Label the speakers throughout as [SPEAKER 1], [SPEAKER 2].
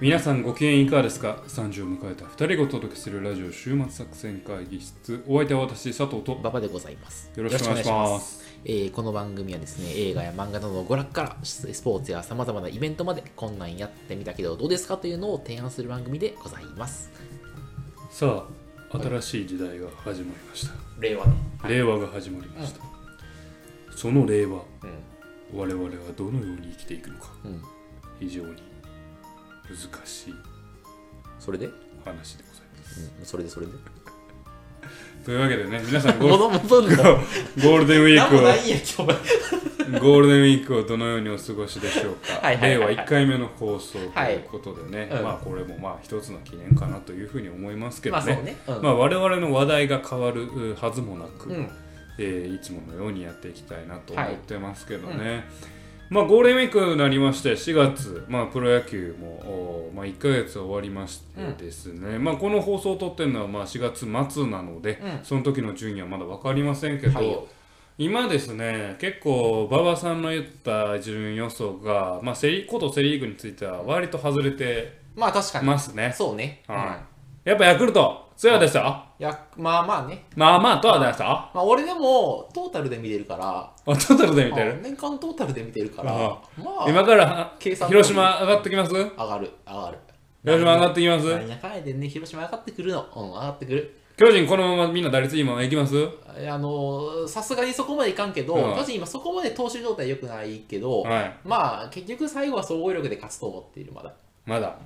[SPEAKER 1] 皆さんご機嫌いかがですか ?30 を迎えた2人がお届けするラジオ週末作戦会議室お相手は私佐藤と
[SPEAKER 2] 馬場でございます。
[SPEAKER 1] よろしくお願いします
[SPEAKER 2] よろくお願いします。えーこの番組はですね、映画や漫画などの娯楽から、ススポーツや様々なイベントまで、こんなんやってみたけどどうですかというのを提案する番組でございます。
[SPEAKER 1] さあ新しい時代が始まりました、
[SPEAKER 2] 令和ね。
[SPEAKER 1] 令和が始まりました、その令和
[SPEAKER 2] う
[SPEAKER 1] 我々はどのように生きていくのか
[SPEAKER 2] ん。うん。
[SPEAKER 1] 非常に難しい
[SPEAKER 2] それで、う
[SPEAKER 1] 話でございます
[SPEAKER 2] ん、それでそれで。
[SPEAKER 1] というわけでね皆さんゴー
[SPEAKER 2] 物戻 るの
[SPEAKER 1] ゴールデンウィー
[SPEAKER 2] 何
[SPEAKER 1] ク
[SPEAKER 2] も
[SPEAKER 1] を
[SPEAKER 2] ないんや、今日。
[SPEAKER 1] ゴールデンウィークをどのようにお過ごしでしょうか
[SPEAKER 2] はいはいはいはい
[SPEAKER 1] 令和1回目の放送と
[SPEAKER 2] はい
[SPEAKER 1] いうことでね、
[SPEAKER 2] うん
[SPEAKER 1] まあこれもまあ一つの記念かなというふうに思いますけ
[SPEAKER 2] ま
[SPEAKER 1] ど
[SPEAKER 2] あそう
[SPEAKER 1] ね,、
[SPEAKER 2] ね。うん。
[SPEAKER 1] まあ、我々の話題が変わるうはずもなく、
[SPEAKER 2] うん。
[SPEAKER 1] えーいつものようにやっていきたいなと思ってますけどね、
[SPEAKER 2] は
[SPEAKER 1] まあ、ゴールデンウィークになりまして4月、まあ、プロ野球も、おーまあ、1ヶ月終わりましてですね、まあ、この放送を撮ってるのはまあ4月末なので、
[SPEAKER 2] うん
[SPEAKER 1] その時の順位はまだ分かりませんけど、
[SPEAKER 2] はいよ
[SPEAKER 1] 今ですね結構馬場さんの言った順位予想が、まあ、セリことセ・リーグについては割と外れて
[SPEAKER 2] まあ確かに。
[SPEAKER 1] ますね、
[SPEAKER 2] そうね。
[SPEAKER 1] はやっぱヤクルト強いでした、
[SPEAKER 2] いや、まあまあね。
[SPEAKER 1] まあまあとは出したあ
[SPEAKER 2] まあ俺でも、トータルで見てるから、
[SPEAKER 1] トータルで見て
[SPEAKER 2] あ
[SPEAKER 1] る
[SPEAKER 2] 年間トータルで見てるから、
[SPEAKER 1] あ
[SPEAKER 2] まあ、
[SPEAKER 1] 今から
[SPEAKER 2] 計算通り
[SPEAKER 1] 広島上がってきます広
[SPEAKER 2] 上がる、上がる。
[SPEAKER 1] 島上がってきま
[SPEAKER 2] なん
[SPEAKER 1] す
[SPEAKER 2] やかんやでね、広島上がってくるの。うん、上がってくる。
[SPEAKER 1] 巨人このままみんな打率いいままいきます
[SPEAKER 2] えあのー、さすがにそこまでいかんけど、
[SPEAKER 1] うん
[SPEAKER 2] 巨人今そこまで投手状態良くないけど、
[SPEAKER 1] はい
[SPEAKER 2] まあ、結局最後は総合力で勝つと思っている、まだ。
[SPEAKER 1] まだ、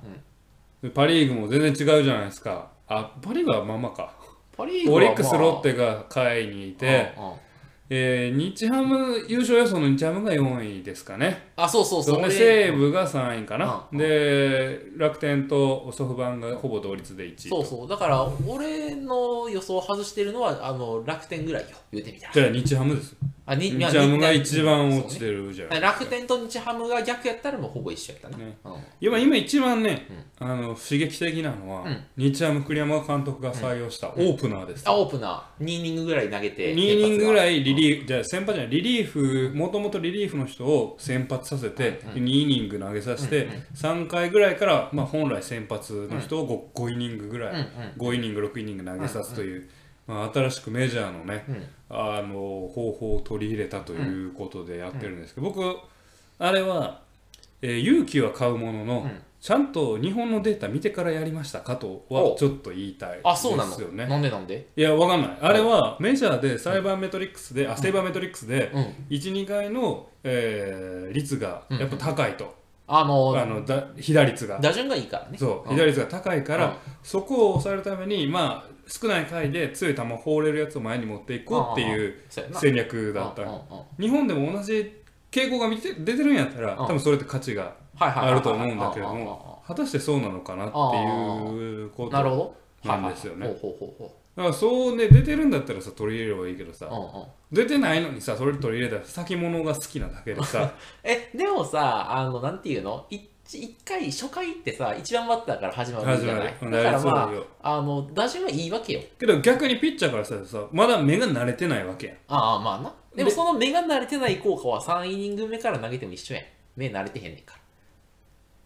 [SPEAKER 1] パ・リーグも全然違うじゃないですかあパ・リーグはまあまあか
[SPEAKER 2] パリーグ
[SPEAKER 1] オ
[SPEAKER 2] は、
[SPEAKER 1] リ
[SPEAKER 2] まあ、
[SPEAKER 1] ックス・ロッテが下位にいて、
[SPEAKER 2] うんうん
[SPEAKER 1] えー日ハム優勝予想の日ハムが4位ですかね
[SPEAKER 2] あ、そうそうそ
[SPEAKER 1] そ
[SPEAKER 2] う。
[SPEAKER 1] れで西
[SPEAKER 2] 俺
[SPEAKER 1] 武が3位かな、
[SPEAKER 2] うん
[SPEAKER 1] で楽天とソフトバンクがほぼ同率で1位
[SPEAKER 2] そうそう。だから、俺の予想を外してるのは、あの、楽天ぐらいよ、言うてみたら。
[SPEAKER 1] じゃあ日ハムです
[SPEAKER 2] あ、に
[SPEAKER 1] 日
[SPEAKER 2] まあ
[SPEAKER 1] ハムが
[SPEAKER 2] 日
[SPEAKER 1] 一番落ちてるじゃ
[SPEAKER 2] そ
[SPEAKER 1] ん、
[SPEAKER 2] うね楽天と日ハムが逆やったらもうほぼ一緒やったな。
[SPEAKER 1] ね
[SPEAKER 2] うん
[SPEAKER 1] 今今一番ね、あの刺激的なのは、
[SPEAKER 2] うん
[SPEAKER 1] 日ハム栗山監督が採用したオープナーです、
[SPEAKER 2] あ、オープナー、2イニングぐらい投げて、
[SPEAKER 1] 2イニングぐら
[SPEAKER 2] い。
[SPEAKER 1] いリリーフ、じゃあ先発じゃないリリーフもともとリリーフの人を先発させて、2イニング投げさせて、3回ぐらいから、まあ、本来先発の人を 5, イニングぐらい、
[SPEAKER 2] うんうん
[SPEAKER 1] 5イニング6イニング投げさすという、まあ、新しくメジャーのね、
[SPEAKER 2] うん
[SPEAKER 1] あの方法を取り入れたということでやってるんですけど、僕あれは、えー勇気は買うものの、
[SPEAKER 2] うん
[SPEAKER 1] ちゃんと日本のデータ見てからやりましたかとは
[SPEAKER 2] お
[SPEAKER 1] ちょっと言いたい
[SPEAKER 2] あ、そうなの
[SPEAKER 1] ですよね。
[SPEAKER 2] なんでなんで
[SPEAKER 1] いや、わかんない。あれはメジャーでサイバーメトリックスで、あ、セイバーメトリックスで、
[SPEAKER 2] うん。
[SPEAKER 1] 1、2回の、えー率がやっぱ高いと。
[SPEAKER 2] あの、
[SPEAKER 1] あの、だ被打率が。
[SPEAKER 2] 打順がいいからね。
[SPEAKER 1] そう、
[SPEAKER 2] ん
[SPEAKER 1] 被打率が高いか
[SPEAKER 2] うん
[SPEAKER 1] ら、そこを抑えるために、まあ、少ない回で強い球を放れるやつを前に持っていこうっていう
[SPEAKER 2] そうやな
[SPEAKER 1] 戦略だっ
[SPEAKER 2] うんうん
[SPEAKER 1] た。
[SPEAKER 2] うん
[SPEAKER 1] 日本でも同じ傾向が見て出てるんやったら、
[SPEAKER 2] う
[SPEAKER 1] 多
[SPEAKER 2] ん
[SPEAKER 1] 分それって価値が
[SPEAKER 2] はいはいはいはい
[SPEAKER 1] あると思うんだけれど
[SPEAKER 2] うんうん
[SPEAKER 1] も、果たしてそうなのかなっていうこ
[SPEAKER 2] うんう
[SPEAKER 1] と
[SPEAKER 2] んなるほど。
[SPEAKER 1] なんですよね
[SPEAKER 2] はいはいはいほうほうほ
[SPEAKER 1] だからそうね出てるんだったらさ取り入れればいいけどさ
[SPEAKER 2] うほう。うんうん
[SPEAKER 1] 出てないのにさそれ取り入れたら先物が好きなだけでさ
[SPEAKER 2] え、でもさ、あの、なんていうの一一回、初回ってさ、一番バッターから始まるじゃない
[SPEAKER 1] 始ま
[SPEAKER 2] だ
[SPEAKER 1] る
[SPEAKER 2] から
[SPEAKER 1] う
[SPEAKER 2] ま
[SPEAKER 1] んそう
[SPEAKER 2] あ、あの、打順はいいわけよ。
[SPEAKER 1] けど逆にピッチャーからしたらさまだ目が慣れてないわけやん
[SPEAKER 2] ああ、まあな。でも
[SPEAKER 1] で
[SPEAKER 2] その目が慣れてない効果は3イニング目から投げても一緒やん。目慣れてへんねんから。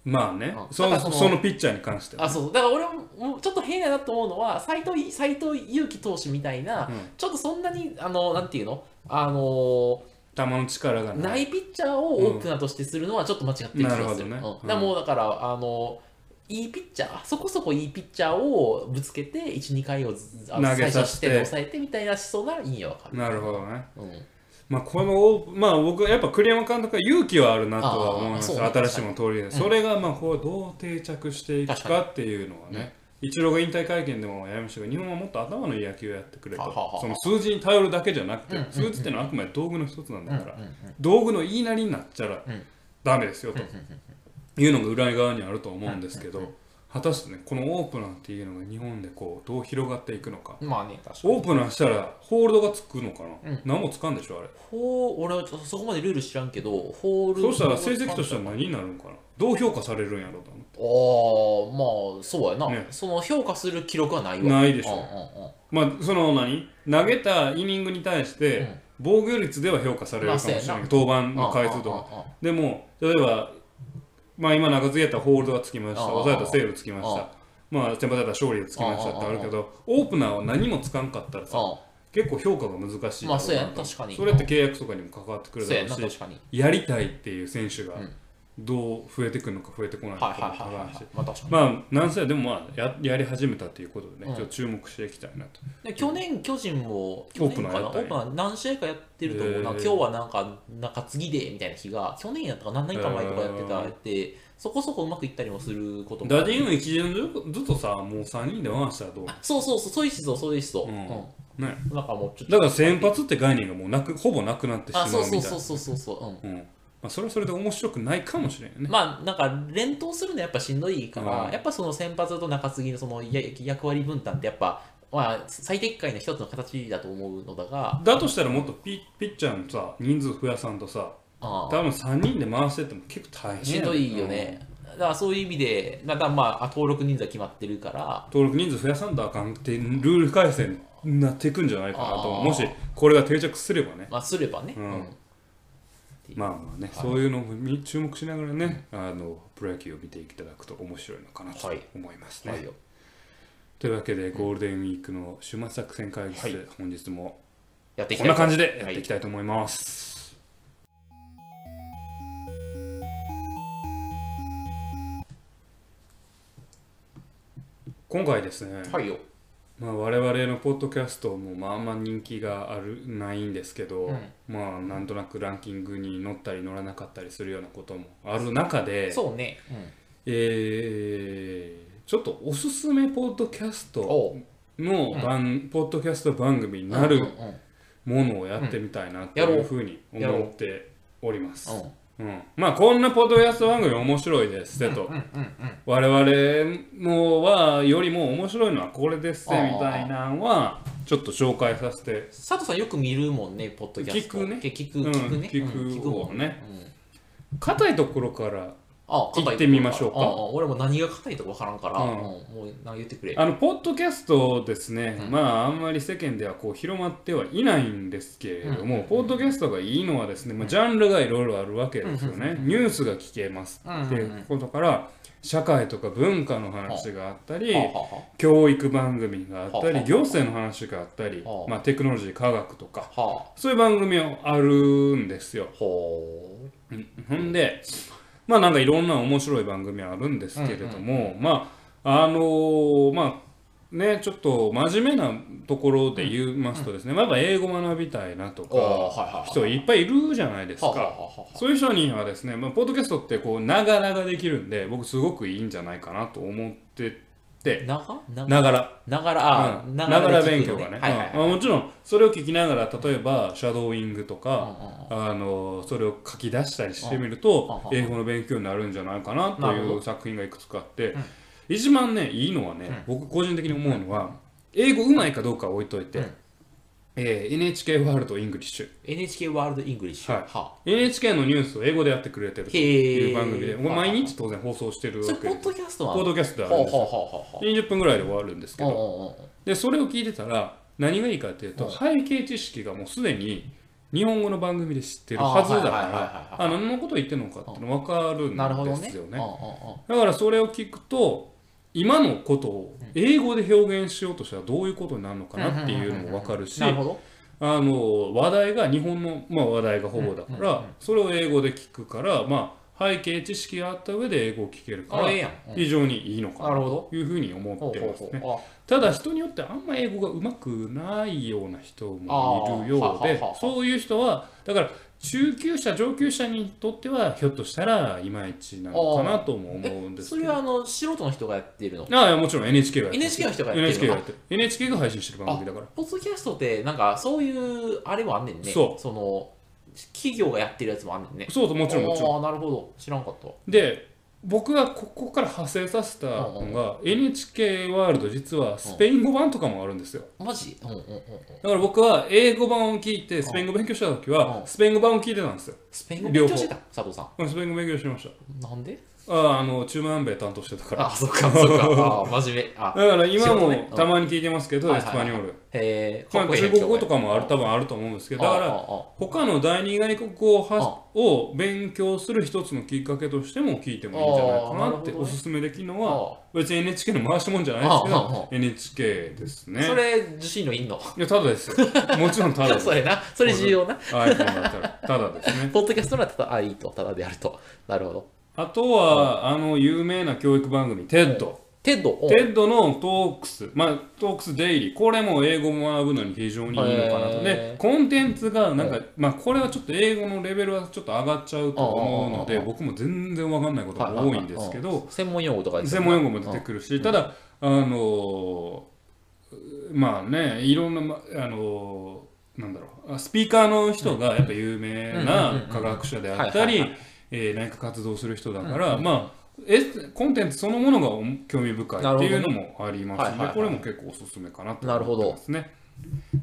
[SPEAKER 1] まあね、
[SPEAKER 2] うん
[SPEAKER 1] そ
[SPEAKER 2] だ
[SPEAKER 1] の
[SPEAKER 2] からそ
[SPEAKER 1] そ
[SPEAKER 2] の
[SPEAKER 1] のピッチャーに関しては
[SPEAKER 2] あそうそうだから俺ももうちょっと変やなと思うのは斎藤斎藤佑樹投手みたいな、
[SPEAKER 1] うん
[SPEAKER 2] ちょっとそんなにあのなんていうのあの
[SPEAKER 1] 球の力が
[SPEAKER 2] ーな
[SPEAKER 1] ない
[SPEAKER 2] いピッチャーをオープナーとしてするのはちょっと間違ってる気がす
[SPEAKER 1] な
[SPEAKER 2] る。
[SPEAKER 1] るほどね
[SPEAKER 2] うん
[SPEAKER 1] うん
[SPEAKER 2] だからもうだからあのいいピッチャーそこそこいいピッチャーをぶつけて12回をずあの
[SPEAKER 1] 投げさせて
[SPEAKER 2] 最初失点で抑えてみたいな思想ならいいよわかる。
[SPEAKER 1] なるほどね
[SPEAKER 2] うん
[SPEAKER 1] まあこのオーまあ僕はやっぱ栗山監督は勇気はあるなとは思います
[SPEAKER 2] あーそう
[SPEAKER 1] 新しいもの取り入れ、それがまあこうどう定着していく
[SPEAKER 2] 確か
[SPEAKER 1] かっていうのはね、一郎が引退会見でもやりましたが日本はもっと頭のいい野球をやってくれと
[SPEAKER 2] ははは
[SPEAKER 1] その数字に頼るだけじゃなくて、
[SPEAKER 2] うんうんうん
[SPEAKER 1] 数字ってのはあくまで道具の一つなんだから、
[SPEAKER 2] うんうん
[SPEAKER 1] 道具の言いなりになっちゃら
[SPEAKER 2] うん
[SPEAKER 1] ダメですよというのが裏側にあると思うんですけ
[SPEAKER 2] うんう
[SPEAKER 1] ど果たしてねこのオープナーっていうのが日本でこうどう広がっていくのか
[SPEAKER 2] うんまあね確かに。
[SPEAKER 1] オープナーしたらホールドがつくのかな、
[SPEAKER 2] うん
[SPEAKER 1] 何もつかんでしょあれ
[SPEAKER 2] ほう俺はちょっとそこまでルール知らんけどホール
[SPEAKER 1] そうしたら成績としては何になるんかなどう評価されるんやろうと思って
[SPEAKER 2] ああまあそうやな、
[SPEAKER 1] ね
[SPEAKER 2] その評価する記録はないわ
[SPEAKER 1] ないでし
[SPEAKER 2] うん
[SPEAKER 1] ょ
[SPEAKER 2] うんうん
[SPEAKER 1] まあその何投げたイニングに対して、
[SPEAKER 2] うん
[SPEAKER 1] 防御率では評価されるかもしれ
[SPEAKER 2] まあ
[SPEAKER 1] な
[SPEAKER 2] そう
[SPEAKER 1] い
[SPEAKER 2] や
[SPEAKER 1] 登板の回数とかでも例えばまあ、今中継ぎやったらホールドがつきました
[SPEAKER 2] あー
[SPEAKER 1] 抑えたらセーブつきまし
[SPEAKER 2] あ
[SPEAKER 1] たまあ先発だったら勝利がつきましたってあるけどオープナーは何もつかんかったらさ
[SPEAKER 2] あ
[SPEAKER 1] 結構評価が難しい
[SPEAKER 2] まあそうやね
[SPEAKER 1] ところだと
[SPEAKER 2] 確かに
[SPEAKER 1] それって契約とかにも関わってく
[SPEAKER 2] あ
[SPEAKER 1] る
[SPEAKER 2] そう
[SPEAKER 1] だ
[SPEAKER 2] や
[SPEAKER 1] ろ
[SPEAKER 2] な
[SPEAKER 1] う
[SPEAKER 2] 確
[SPEAKER 1] し
[SPEAKER 2] かに
[SPEAKER 1] やりたいっていう選手が
[SPEAKER 2] うん
[SPEAKER 1] どう増えてくるのか増えてこないのか
[SPEAKER 2] はい
[SPEAKER 1] も
[SPEAKER 2] はいはい
[SPEAKER 1] わから
[SPEAKER 2] はいは
[SPEAKER 1] んし
[SPEAKER 2] いまあ確かに、
[SPEAKER 1] まあなんせでもまあややり始めたということでね、
[SPEAKER 2] うん
[SPEAKER 1] ちょっと注目していきたいなと
[SPEAKER 2] で去年巨人も去
[SPEAKER 1] ー
[SPEAKER 2] 年
[SPEAKER 1] プナー
[SPEAKER 2] かな
[SPEAKER 1] や
[SPEAKER 2] オ
[SPEAKER 1] ったんや
[SPEAKER 2] ープナー何試合かやってると思うな
[SPEAKER 1] へ
[SPEAKER 2] 今
[SPEAKER 1] ー
[SPEAKER 2] 日はなんか中継ぎでみたいな日が去年やったか何年か前とかやってたやってそこそこうまくいったりもすることもあ
[SPEAKER 1] 打
[SPEAKER 2] る
[SPEAKER 1] 順の一巡ずっとさもう3人で回したらどう
[SPEAKER 2] そうそうそうそういう思想そういう思想、
[SPEAKER 1] うん
[SPEAKER 2] う
[SPEAKER 1] ね
[SPEAKER 2] ん、なんかもうちょっと
[SPEAKER 1] だから先発って概念がもうなくほぼなくなってしまう
[SPEAKER 2] あ
[SPEAKER 1] みたい
[SPEAKER 2] そう
[SPEAKER 1] な
[SPEAKER 2] そうそうそうそうそう、う
[SPEAKER 1] う
[SPEAKER 2] ん、
[SPEAKER 1] んまあ、それはそれで面白くないかもしれんよね、
[SPEAKER 2] まあなんか連投するのやっぱしんどいから、
[SPEAKER 1] うん
[SPEAKER 2] やっぱその先発と中継ぎのそのや役割分担ってやっぱ、まあ、最適解の一つの形だと思うのだが
[SPEAKER 1] だとしたらもっとピピッチャーのさ人数増やさんとさ
[SPEAKER 2] あ
[SPEAKER 1] 多
[SPEAKER 2] あ
[SPEAKER 1] 分3人で回してっても結構大変
[SPEAKER 2] しん
[SPEAKER 1] や
[SPEAKER 2] どいよ、ね、だからそういう意味でだからまああ登録人数は決まってるから
[SPEAKER 1] うん登録人数増やさんとあかんってルール改正になっていくんじゃないかなと
[SPEAKER 2] あー
[SPEAKER 1] もしこれが定着すればね
[SPEAKER 2] まあすればね、
[SPEAKER 1] うん
[SPEAKER 2] うん
[SPEAKER 1] まあまあね、そういうのも見注目しながらね、あのプロ野球を見ていただくと面白いのかなと
[SPEAKER 2] はい
[SPEAKER 1] 思いますね。
[SPEAKER 2] はいよ
[SPEAKER 1] というわけでゴールデンウィークの週末作戦会議室、本日も
[SPEAKER 2] やっていき
[SPEAKER 1] こ
[SPEAKER 2] た
[SPEAKER 1] ん
[SPEAKER 2] い
[SPEAKER 1] な感じでやっていき
[SPEAKER 2] は
[SPEAKER 1] たいと思います。今回ですね、
[SPEAKER 2] い、はいよ、
[SPEAKER 1] まあ、我々のポッドキャストもまあまあ人気があるないんですけど、
[SPEAKER 2] うん
[SPEAKER 1] まあなんとなくランキングに乗ったり乗らなかったりするようなこともある中で、
[SPEAKER 2] そうね、
[SPEAKER 1] えーちょっとおすすめポッドキャス
[SPEAKER 2] うん、
[SPEAKER 1] ト
[SPEAKER 2] おう
[SPEAKER 1] の番、ポッドキャスト番組にな
[SPEAKER 2] うんう
[SPEAKER 1] る
[SPEAKER 2] んうん
[SPEAKER 1] ものをやってみたいなって
[SPEAKER 2] うんや
[SPEAKER 1] い
[SPEAKER 2] ろう
[SPEAKER 1] うふうに
[SPEAKER 2] やろう
[SPEAKER 1] 思っております。
[SPEAKER 2] うん
[SPEAKER 1] うん、まあこんなポッドキャスト番組面白いですってと、
[SPEAKER 2] うんうん
[SPEAKER 1] 我々のはよりも面白いのはこれです
[SPEAKER 2] あ
[SPEAKER 1] ね
[SPEAKER 2] ー
[SPEAKER 1] みたいなのはちょっと紹介させて
[SPEAKER 2] 佐藤さんよく見るもんね、ポッドキャスト。
[SPEAKER 1] 聞くね
[SPEAKER 2] け聞く、
[SPEAKER 1] うん
[SPEAKER 2] 聞くね。
[SPEAKER 1] 聞く
[SPEAKER 2] うん聞くもんね。うん
[SPEAKER 1] 硬いところから
[SPEAKER 2] あ硬い
[SPEAKER 1] 行ってみましょうか
[SPEAKER 2] ああ俺も何が硬いとか分からんから、
[SPEAKER 1] うん
[SPEAKER 2] うんもう何言ってくれ。
[SPEAKER 1] あのポッドキャストですね、
[SPEAKER 2] うん
[SPEAKER 1] まああんまり世間ではこう広まってはいないんですけれども、
[SPEAKER 2] うん
[SPEAKER 1] ポッドキャストがいいのはですね、まあ、ジャンルがいろいろあるわけですよ
[SPEAKER 2] うんう
[SPEAKER 1] ね
[SPEAKER 2] ん、うん
[SPEAKER 1] ニュースが聞けます
[SPEAKER 2] うんうんうん
[SPEAKER 1] っていうことから社会とか文化の話があったり、
[SPEAKER 2] はあは
[SPEAKER 1] 教育番組があった
[SPEAKER 2] は
[SPEAKER 1] り
[SPEAKER 2] あ
[SPEAKER 1] 行政の話があったり
[SPEAKER 2] は、あ
[SPEAKER 1] まあ、テクノロジー科学とか
[SPEAKER 2] あはあはあ
[SPEAKER 1] そういう番組もあるんですよ。
[SPEAKER 2] ほう
[SPEAKER 1] うんほんでまあなんかいろんな面白い番組あるんですけれども、まああのーまあねちょっと真面目なところで言いますとですね、まあやっぱ英語学びたいなと
[SPEAKER 2] ああ
[SPEAKER 1] か
[SPEAKER 2] はいはいはい
[SPEAKER 1] 人いっぱいいるじゃないです
[SPEAKER 2] はあはあ
[SPEAKER 1] か。
[SPEAKER 2] はあは
[SPEAKER 1] そういう人にはですね、まあ、ポッドキャストってこうながらができるんで僕すごくいいんじゃないかなと思って
[SPEAKER 2] あ
[SPEAKER 1] て
[SPEAKER 2] ながな
[SPEAKER 1] ながら
[SPEAKER 2] ながら、あ
[SPEAKER 1] うんながら勉強がね、
[SPEAKER 2] はいはいはい。
[SPEAKER 1] うんまあもちろんそれを聞きながら例えばシャドーイングとか、
[SPEAKER 2] う
[SPEAKER 1] あのそれを書き出したりしてみると
[SPEAKER 2] うんうん
[SPEAKER 1] 英語の勉強になるんじゃないかなと
[SPEAKER 2] なる
[SPEAKER 1] い
[SPEAKER 2] ほ
[SPEAKER 1] う作品がいくつかあって、一番ねいいのはね、僕個人的に思うのは、英語うまいかどうかは置いといて、
[SPEAKER 2] うん
[SPEAKER 1] えー NHK ワールドイングリッシュ
[SPEAKER 2] NHK ワールドイングリッシュ。
[SPEAKER 1] はい
[SPEAKER 2] は
[SPEAKER 1] NHK のニュースを英語でやってくれてると
[SPEAKER 2] へ
[SPEAKER 1] い
[SPEAKER 2] ー
[SPEAKER 1] う番組で、
[SPEAKER 2] はいはい
[SPEAKER 1] 毎日当然放送してる
[SPEAKER 2] あ
[SPEAKER 1] わ
[SPEAKER 2] そ
[SPEAKER 1] け
[SPEAKER 2] れ、ポ
[SPEAKER 1] で
[SPEAKER 2] ッドキャストな
[SPEAKER 1] ポッ
[SPEAKER 2] の
[SPEAKER 1] ドキャストであるん
[SPEAKER 2] ほう
[SPEAKER 1] です
[SPEAKER 2] ほう
[SPEAKER 1] よ
[SPEAKER 2] ほうほうほう
[SPEAKER 1] 20分ぐらいで終わるんですけど
[SPEAKER 2] うんうんうん
[SPEAKER 1] でそれを聞いてたら何がいいかっていうと背景知識がもうすでに日本語の番組で知ってるはずだか
[SPEAKER 2] あはいはい
[SPEAKER 1] ら
[SPEAKER 2] は
[SPEAKER 1] あ何のこと言ってるのかっていうの分かる
[SPEAKER 2] なるほど
[SPEAKER 1] ん
[SPEAKER 2] ね。
[SPEAKER 1] ですよ
[SPEAKER 2] うん
[SPEAKER 1] ね
[SPEAKER 2] うんうん
[SPEAKER 1] だからそれを聞くと今のことを英語で表現しようとしたらどういうことになるのかなっていうのも分かるし
[SPEAKER 2] なるほど。
[SPEAKER 1] あの話題が日本の、まあ、話題がほぼだからそれを英語で聞くからまあ背景知識があった上で英語を聞けるか
[SPEAKER 2] あ、
[SPEAKER 1] ら
[SPEAKER 2] ええやん。うん
[SPEAKER 1] 非常にいいのか
[SPEAKER 2] なる
[SPEAKER 1] な
[SPEAKER 2] ほど。
[SPEAKER 1] というふうに思
[SPEAKER 2] ほ
[SPEAKER 1] って
[SPEAKER 2] うほ
[SPEAKER 1] ますね
[SPEAKER 2] う。ほうあ
[SPEAKER 1] ただ人によってあんま英語がうまくないような人もいるよう
[SPEAKER 2] あーは
[SPEAKER 1] で
[SPEAKER 2] ははは
[SPEAKER 1] そういう人はだから中級者上級者にとってはひょっとしたらいまいちなのかなとも思うんです
[SPEAKER 2] そ
[SPEAKER 1] け
[SPEAKER 2] れ
[SPEAKER 1] ど
[SPEAKER 2] は
[SPEAKER 1] あ
[SPEAKER 2] あの素人の人がやってるの
[SPEAKER 1] あいやもちろん NHK がやってる
[SPEAKER 2] NHK の人がやって
[SPEAKER 1] NHK
[SPEAKER 2] るの
[SPEAKER 1] がやってる NHK が配信してる番組だから
[SPEAKER 2] ポッドキャストってなんかそういうあれもあんねんね
[SPEAKER 1] そう
[SPEAKER 2] の企業がやってるやつもあんねんね
[SPEAKER 1] そうそうもちろんもちろ
[SPEAKER 2] ああなるほど知らんかった
[SPEAKER 1] んで僕がここから派生させたのが NHK ワールド実はスペイン語版とかもあるんですよ
[SPEAKER 2] マジうんうんうんうん
[SPEAKER 1] だから僕は英語版を聞いてスペイン語勉強した時は
[SPEAKER 2] うん
[SPEAKER 1] スペイン語版を聞いてたんですよ
[SPEAKER 2] スペイン語勉強してた佐藤さん
[SPEAKER 1] スペイン語勉強しました
[SPEAKER 2] なんで
[SPEAKER 1] ああの中南米担当してたから
[SPEAKER 2] あ、そっか、そっか。あー真面目。あ、へ
[SPEAKER 1] だから今
[SPEAKER 2] 仕事
[SPEAKER 1] も
[SPEAKER 2] ね
[SPEAKER 1] たまに聞いてますけど、
[SPEAKER 2] はい
[SPEAKER 1] エ
[SPEAKER 2] は
[SPEAKER 1] ス
[SPEAKER 2] いはい
[SPEAKER 1] パニョール、
[SPEAKER 2] え。
[SPEAKER 1] まあ、中国語とかもある
[SPEAKER 2] と
[SPEAKER 1] 多分あると思うんですけ
[SPEAKER 2] だ
[SPEAKER 1] どだか
[SPEAKER 2] あ
[SPEAKER 1] ら
[SPEAKER 2] ー
[SPEAKER 1] 他の第二外国語をはを勉強する一つのきっかけとしても聞いてもいいんじゃないか
[SPEAKER 2] あー
[SPEAKER 1] な
[SPEAKER 2] なる
[SPEAKER 1] っ
[SPEAKER 2] ほ
[SPEAKER 1] て
[SPEAKER 2] どね
[SPEAKER 1] おすすめできるの
[SPEAKER 2] あー
[SPEAKER 1] は別に NHK の回しもんじゃないですけ
[SPEAKER 2] あーあーあ
[SPEAKER 1] ど NHK ですね
[SPEAKER 2] それ、受信料いんの
[SPEAKER 1] いやただですよもちろんただです
[SPEAKER 2] それな。それ重要な。
[SPEAKER 1] iPhone だったらただですね
[SPEAKER 2] ポッドキャストならただ、あ、いいと。ただであると。なるほど。
[SPEAKER 1] あとはあの有名な教育番組 TED
[SPEAKER 2] テッド。お
[SPEAKER 1] テッドのトークス、まあ、トークスデイリー、これも英語も学ぶのに非常にいいのかなと。
[SPEAKER 2] へー
[SPEAKER 1] で、コンテンツが、なんか、まあ、これはちょっと英語のレベルはちょっと上がっちゃうと思うの
[SPEAKER 2] あ
[SPEAKER 1] で、
[SPEAKER 2] あああ
[SPEAKER 1] 僕も全然わかんないことが多いんですけど、
[SPEAKER 2] 専門用語とかですよ
[SPEAKER 1] 専
[SPEAKER 2] ね
[SPEAKER 1] 門用語も出てくるし、ただ、あのー、まあね、いろんな、まあのー、なんだろう、あスピーカーの人がやっぱ有名
[SPEAKER 2] うんうんうんう
[SPEAKER 1] なん科学者であった
[SPEAKER 2] はい
[SPEAKER 1] り
[SPEAKER 2] はい、
[SPEAKER 1] えー何か活動する人だから、まあ、えコンテンツそのものがおも興味深いっていうのもありますの
[SPEAKER 2] なる
[SPEAKER 1] で、
[SPEAKER 2] ほ
[SPEAKER 1] こ
[SPEAKER 2] ど
[SPEAKER 1] れ
[SPEAKER 2] ね
[SPEAKER 1] も結構おすすめかなと
[SPEAKER 2] なるほど
[SPEAKER 1] 思ってますね。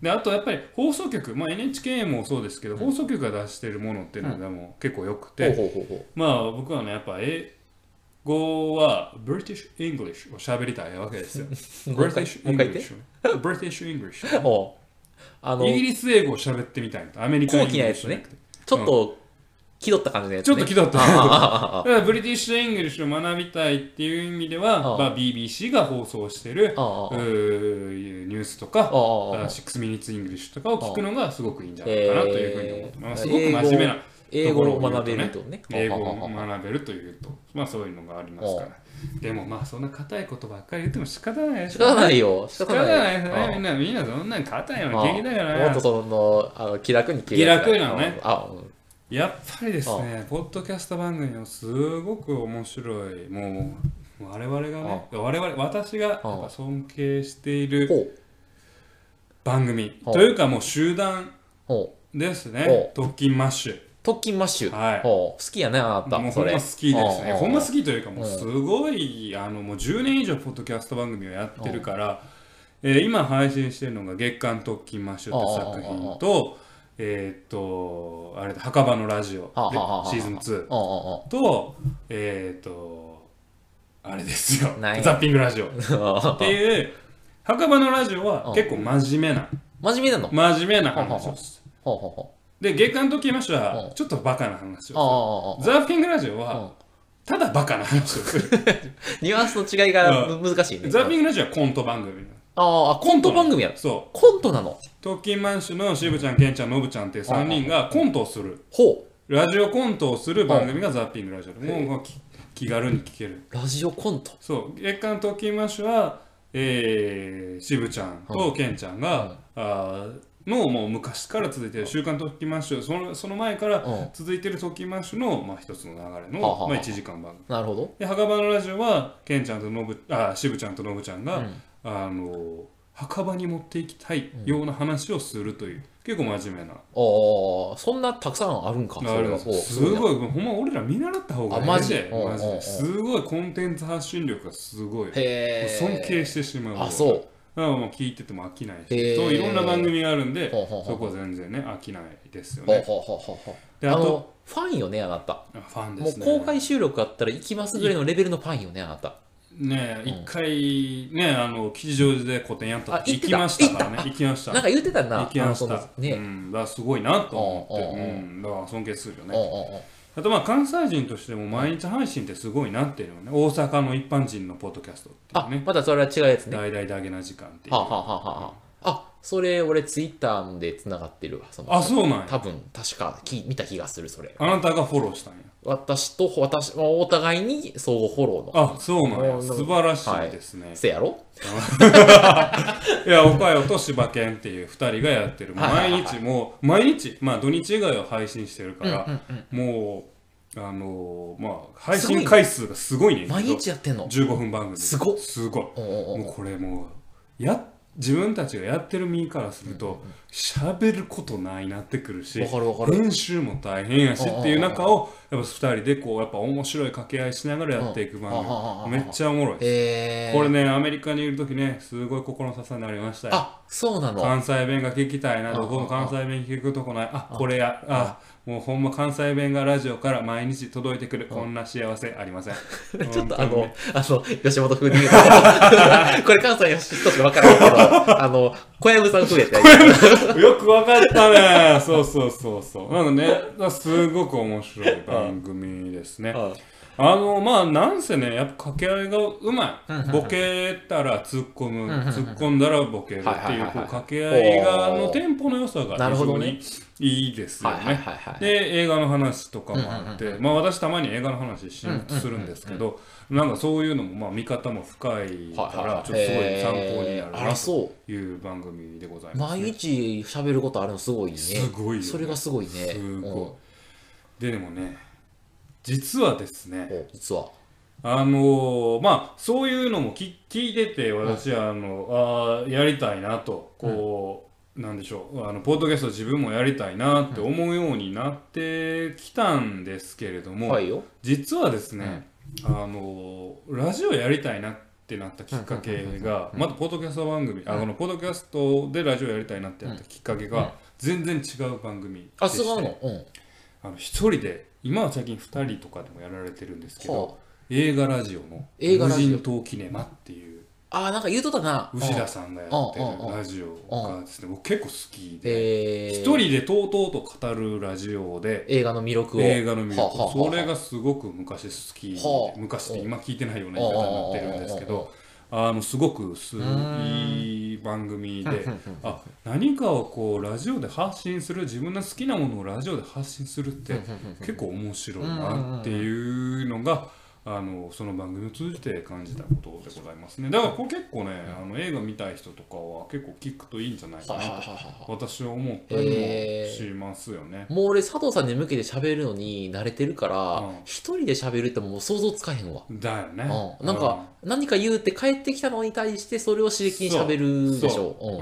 [SPEAKER 1] であとやっぱり放送局、まあ、NHK もそうですけど、放送局が出してるものっていうのがもう結構よくて、
[SPEAKER 2] ほうほうほうほ
[SPEAKER 1] まあ僕はねやっぱ英語は British English を喋りたいわけ ですよ。
[SPEAKER 2] う。もう一回
[SPEAKER 1] British
[SPEAKER 2] もう一回言っ
[SPEAKER 1] English を British
[SPEAKER 2] て。
[SPEAKER 1] English
[SPEAKER 2] もう、あの、
[SPEAKER 1] イギリス英語を喋ってみたいのとアメリカ英語
[SPEAKER 2] 高貴なやつね
[SPEAKER 1] じゃなくて
[SPEAKER 2] ちょっと、気取った感じのやつ
[SPEAKER 1] ちょ
[SPEAKER 2] ね。
[SPEAKER 1] っと気
[SPEAKER 2] っ
[SPEAKER 1] 取った。
[SPEAKER 2] た。
[SPEAKER 1] だからブリティッシュ・イングリッシュを学びたいっていう意味では、
[SPEAKER 2] ああ
[SPEAKER 1] まあ、BBC が放送してる
[SPEAKER 2] あああ
[SPEAKER 1] うーニュースとか、
[SPEAKER 2] ああ
[SPEAKER 1] あ6 Minutes English とかを聞くのがすごくいいんじゃない
[SPEAKER 2] え
[SPEAKER 1] か
[SPEAKER 2] ー
[SPEAKER 1] なというふうに思ってます。すごく真面目な
[SPEAKER 2] 英語を学べるとね。
[SPEAKER 1] 英語を
[SPEAKER 2] ああああ
[SPEAKER 1] 学べるというと、まあそういうのがありますから。でもまあそんな硬いことばっかり言っても仕方ないで
[SPEAKER 2] 仕
[SPEAKER 1] し
[SPEAKER 2] 方
[SPEAKER 1] ょ。
[SPEAKER 2] ないよ。仕
[SPEAKER 1] 仕
[SPEAKER 2] 方
[SPEAKER 1] 方
[SPEAKER 2] な
[SPEAKER 1] ないいですね。みんな、みんなそんなに硬いの
[SPEAKER 2] ああ
[SPEAKER 1] 元気だか
[SPEAKER 2] もっと
[SPEAKER 1] ら。
[SPEAKER 2] その、あの気楽に切
[SPEAKER 1] 気楽なのね。
[SPEAKER 2] あ、うん
[SPEAKER 1] やっぱりですね、ポッドキャスト番組はすごく面白い、もう我々がね、我々、私がやっぱ尊敬している
[SPEAKER 2] ほう、
[SPEAKER 1] 番組
[SPEAKER 2] あ
[SPEAKER 1] というかもう集団
[SPEAKER 2] ほう。
[SPEAKER 1] ですね、特勤マッシ
[SPEAKER 2] 特勤マッシュ。
[SPEAKER 1] はい
[SPEAKER 2] ほう好きやね、あな
[SPEAKER 1] ュ。も
[SPEAKER 2] た。
[SPEAKER 1] うほ
[SPEAKER 2] そ
[SPEAKER 1] んま
[SPEAKER 2] れ。
[SPEAKER 1] 好きですね。
[SPEAKER 2] ああ
[SPEAKER 1] ほんま好きというか、もううんすごい、あの、もう10年以上ポッドキャスト番組をやってるから、えー今配信してるのが月刊特勤マッシュって作品と、えーっと、あれだ、墓場のラジオ
[SPEAKER 2] ああああああ、
[SPEAKER 1] でシーズン2。
[SPEAKER 2] うんうんうん
[SPEAKER 1] と、えっ、と、あれですよ、
[SPEAKER 2] 何
[SPEAKER 1] ザッピングラジ オっていう、墓場のラジオ
[SPEAKER 2] う
[SPEAKER 1] は
[SPEAKER 2] ん
[SPEAKER 1] 結構真面目な、
[SPEAKER 2] 真面目なの。ほう
[SPEAKER 1] 真面目な話をする。
[SPEAKER 2] ほうほ
[SPEAKER 1] で、月間ときまして
[SPEAKER 2] う
[SPEAKER 1] は
[SPEAKER 2] ん、
[SPEAKER 1] ちょっとバカな話
[SPEAKER 2] う。
[SPEAKER 1] を
[SPEAKER 2] あああああ
[SPEAKER 1] する。ザッピングラジオ
[SPEAKER 2] あ。う
[SPEAKER 1] は
[SPEAKER 2] ん、
[SPEAKER 1] ただバカな話を する。
[SPEAKER 2] ニュアンスの違いが
[SPEAKER 1] う
[SPEAKER 2] 難しいね。
[SPEAKER 1] ザッピングラジオはコント番組なの。
[SPEAKER 2] ああ、コント番組やろ。
[SPEAKER 1] そ
[SPEAKER 2] コントなの。
[SPEAKER 1] う。トッキンマンシュのしぶちゃん、けんちゃん、のぶちゃんっていう3人がコントをする。
[SPEAKER 2] ほ
[SPEAKER 1] ラジオコントをする番組がザッピングラジオで。もうき気軽に聞ける。
[SPEAKER 2] う。ラジオコント。
[SPEAKER 1] そう月刊トッキンマッシュは、えー、しぶちゃんとけんちゃんが、あーのもう昔から続いてる「週刊トッキンマッシュ」そのその前から
[SPEAKER 2] うん
[SPEAKER 1] 続いてるトッキンマッシュの、まあ、一つの流れ
[SPEAKER 2] はあはあ
[SPEAKER 1] の、まあ、1時間番組
[SPEAKER 2] なるほど。
[SPEAKER 1] で墓場のラジオはけんちゃんとのぶあーしぶちゃんとのぶちゃんが、
[SPEAKER 2] うん
[SPEAKER 1] あのー墓場に持っていきたいような話をするという、結構真面目な
[SPEAKER 2] ああ、そんなたくさんあるんか。
[SPEAKER 1] なるほ
[SPEAKER 2] それがほ
[SPEAKER 1] ど
[SPEAKER 2] う
[SPEAKER 1] す
[SPEAKER 2] ごいな
[SPEAKER 1] ごいほんま俺ら見習った方がいい
[SPEAKER 2] あマジ
[SPEAKER 1] で
[SPEAKER 2] うん
[SPEAKER 1] マジ
[SPEAKER 2] うんう
[SPEAKER 1] で
[SPEAKER 2] ん
[SPEAKER 1] すごいコンテンツ発信力がすごい
[SPEAKER 2] へえ。
[SPEAKER 1] 尊敬してしまう
[SPEAKER 2] あ、そう。
[SPEAKER 1] だからもう聞いてても飽きないし、
[SPEAKER 2] へー
[SPEAKER 1] そういろんな番組があるんで
[SPEAKER 2] ほうほうほう
[SPEAKER 1] そこは全然ね飽きないですよ
[SPEAKER 2] ほう
[SPEAKER 1] ね
[SPEAKER 2] ほうほうほうほう。
[SPEAKER 1] で
[SPEAKER 2] あ
[SPEAKER 1] あと
[SPEAKER 2] の、ファンよね、あなた。
[SPEAKER 1] あファンで
[SPEAKER 2] もう
[SPEAKER 1] すね
[SPEAKER 2] 公開収録あったら行きますぐらいのレベルのファンよね、あなた。
[SPEAKER 1] ねえ
[SPEAKER 2] う
[SPEAKER 1] 一
[SPEAKER 2] ん
[SPEAKER 1] 回ねあの吉祥寺で個展やった
[SPEAKER 2] あ
[SPEAKER 1] 時
[SPEAKER 2] 行
[SPEAKER 1] 行
[SPEAKER 2] って
[SPEAKER 1] き
[SPEAKER 2] た
[SPEAKER 1] ましたからね行きました
[SPEAKER 2] なんか言ってたな。
[SPEAKER 1] 行きまし
[SPEAKER 2] あの
[SPEAKER 1] た
[SPEAKER 2] そのね。
[SPEAKER 1] う
[SPEAKER 2] うん
[SPEAKER 1] んだからすごいなと思って
[SPEAKER 2] うんうんう
[SPEAKER 1] うんだから尊敬するよ
[SPEAKER 2] うん
[SPEAKER 1] ねあとまあ関西人としても毎日配信ってすごいなっていうのね大阪の一般人のポッドキャストって
[SPEAKER 2] あ
[SPEAKER 1] いう、ね
[SPEAKER 2] またそれは違うやつね。は
[SPEAKER 1] 大々だけな時間っていう
[SPEAKER 2] あはあはあはあ。あ、それ俺ツイッターで繋がってるわ。その
[SPEAKER 1] あそうなんや
[SPEAKER 2] 多分、確かき見た気がする、それ。
[SPEAKER 1] あなたがフォローしたんや
[SPEAKER 2] 私と、私、まあお互いに相互フォローの。
[SPEAKER 1] あそうなん
[SPEAKER 2] う
[SPEAKER 1] や
[SPEAKER 2] ん
[SPEAKER 1] 素晴らしいですね、
[SPEAKER 2] せやろ
[SPEAKER 1] いや、岡山と柴犬っていう2人がやってる、
[SPEAKER 2] はいはいはい
[SPEAKER 1] 毎日もう、毎日、まあ土日以外は配信してるから、もう、あのーまあ、配信回数がすごいね、
[SPEAKER 2] 毎日やってんの。
[SPEAKER 1] 15分番組。
[SPEAKER 2] すごっ
[SPEAKER 1] すごい。
[SPEAKER 2] おうおうおう
[SPEAKER 1] もうこれもう、や、自分たちがやってる身からすると、喋ることないなってくるし
[SPEAKER 2] わかるわかる
[SPEAKER 1] 編集も大変やしっていう中をやっぱ2人でこうやっぱ面白い掛け合いしながらやっていく番
[SPEAKER 2] うんうんうんうんうん
[SPEAKER 1] 組めっちゃおもろいです
[SPEAKER 2] えー、
[SPEAKER 1] これねアメリカにいる時ねすごい心の支えになりましたよ
[SPEAKER 2] あそうなの
[SPEAKER 1] 関西弁が聞きたいな
[SPEAKER 2] うんう
[SPEAKER 1] ど
[SPEAKER 2] ん
[SPEAKER 1] この関西弁聞くとこないあこれやあもうほんま関西弁がラジオから毎日届いてくるこんな幸せありません
[SPEAKER 2] ちょっとあ
[SPEAKER 1] 本当に
[SPEAKER 2] の、あの、吉本風に言うと、 これ関西の人しかわからないけど、あの、小籔さん風やったらいい
[SPEAKER 1] よくわかったね。そうそうそうそう。なんかね、だからすごく面 白い番組ですね。あの、まあ、なんせね、やっぱ掛け合いがうま
[SPEAKER 2] うんうんう
[SPEAKER 1] い。
[SPEAKER 2] ん
[SPEAKER 1] ボケたら突っ込む、
[SPEAKER 2] うんうんうん
[SPEAKER 1] 突っ込んだらボケるって
[SPEAKER 2] はいはい
[SPEAKER 1] い
[SPEAKER 2] は
[SPEAKER 1] う、
[SPEAKER 2] いは
[SPEAKER 1] こ
[SPEAKER 2] いう
[SPEAKER 1] 掛け合いが、あ
[SPEAKER 2] おー
[SPEAKER 1] の、テンポの良さが
[SPEAKER 2] なる
[SPEAKER 1] 非
[SPEAKER 2] ほど
[SPEAKER 1] 常
[SPEAKER 2] ね
[SPEAKER 1] にいいですよ
[SPEAKER 2] はいはい
[SPEAKER 1] ね。
[SPEAKER 2] はいはい。
[SPEAKER 1] で、映画の話とかもあっ
[SPEAKER 2] うんう
[SPEAKER 1] て、まあ、私たまに映画の話しするんですけど、なんかそういうのも、まあ、見方も深いか
[SPEAKER 2] はいはいは
[SPEAKER 1] ら、
[SPEAKER 2] い
[SPEAKER 1] ちょっとすごい参考になる
[SPEAKER 2] えーあ
[SPEAKER 1] な
[SPEAKER 2] ら、
[SPEAKER 1] と
[SPEAKER 2] そ。
[SPEAKER 1] いう番組でございうます
[SPEAKER 2] 毎
[SPEAKER 1] ね。
[SPEAKER 2] 日喋ることあるのすごいね。
[SPEAKER 1] すごいよね
[SPEAKER 2] それがすごいね。
[SPEAKER 1] す
[SPEAKER 2] うん
[SPEAKER 1] ごい。ででもね、実はですね、
[SPEAKER 2] お実は。
[SPEAKER 1] あのーまあそういうのもき聞いてて、私はあの、あーやりたいなと、こう、なんでしょう、あのポッドキャスト自分もやりたいなって思うようになってきたんですけれども、
[SPEAKER 2] はいよ。
[SPEAKER 1] 実はですね、あのーラジオやりたいなってなったきっかけが、またポッドキャスト番組、あこのポッドキャストでラジオやりたいなってなったきっかけ
[SPEAKER 2] うんうん
[SPEAKER 1] が、全然違う番組で
[SPEAKER 2] あ、
[SPEAKER 1] し
[SPEAKER 2] す
[SPEAKER 1] て
[SPEAKER 2] ごいの。うん。
[SPEAKER 1] あの一人で今は最近2人とかでもやられてるんですけど、
[SPEAKER 2] は
[SPEAKER 1] 映画ラジオの「
[SPEAKER 2] 映画
[SPEAKER 1] 無
[SPEAKER 2] ラジオ
[SPEAKER 1] 人島キネマ」っていう
[SPEAKER 2] あ、あなんか言うとったな。
[SPEAKER 1] 牛田
[SPEAKER 2] さん。
[SPEAKER 1] さんがやって
[SPEAKER 2] うんうんうん
[SPEAKER 1] るラジオがですね僕結構好きで
[SPEAKER 2] えー、
[SPEAKER 1] 一人でとうとうと語るラジオで
[SPEAKER 2] 映画の魅力を。
[SPEAKER 1] 映画の魅
[SPEAKER 2] はあはあは
[SPEAKER 1] 力
[SPEAKER 2] あ
[SPEAKER 1] それがすごく昔好きで
[SPEAKER 2] はあ
[SPEAKER 1] 昔って今聞いてないような言い方になってるんですけどあのすごくすいい番組であ何かをこうラジオで発信する自分の好きなものをラジオで発信するって結構面白いなっていうのが、あのその番組を通じて感じたことでございますねだからこれ結構ね、あの映画見たい人とかは結構聞くといいんじゃないか
[SPEAKER 2] はいはい
[SPEAKER 1] な
[SPEAKER 2] はい
[SPEAKER 1] と
[SPEAKER 2] は
[SPEAKER 1] 私は思ったりもしますよね
[SPEAKER 2] い。もう俺、佐藤さんに向けて喋るのに慣れてるから
[SPEAKER 1] うん、
[SPEAKER 2] 一、人で喋るってもう想像つかへんわ。
[SPEAKER 1] だよね
[SPEAKER 2] うん、なんか、何か言うって帰ってきたのに対してそれを刺激にしゃべるでしょう
[SPEAKER 1] うんん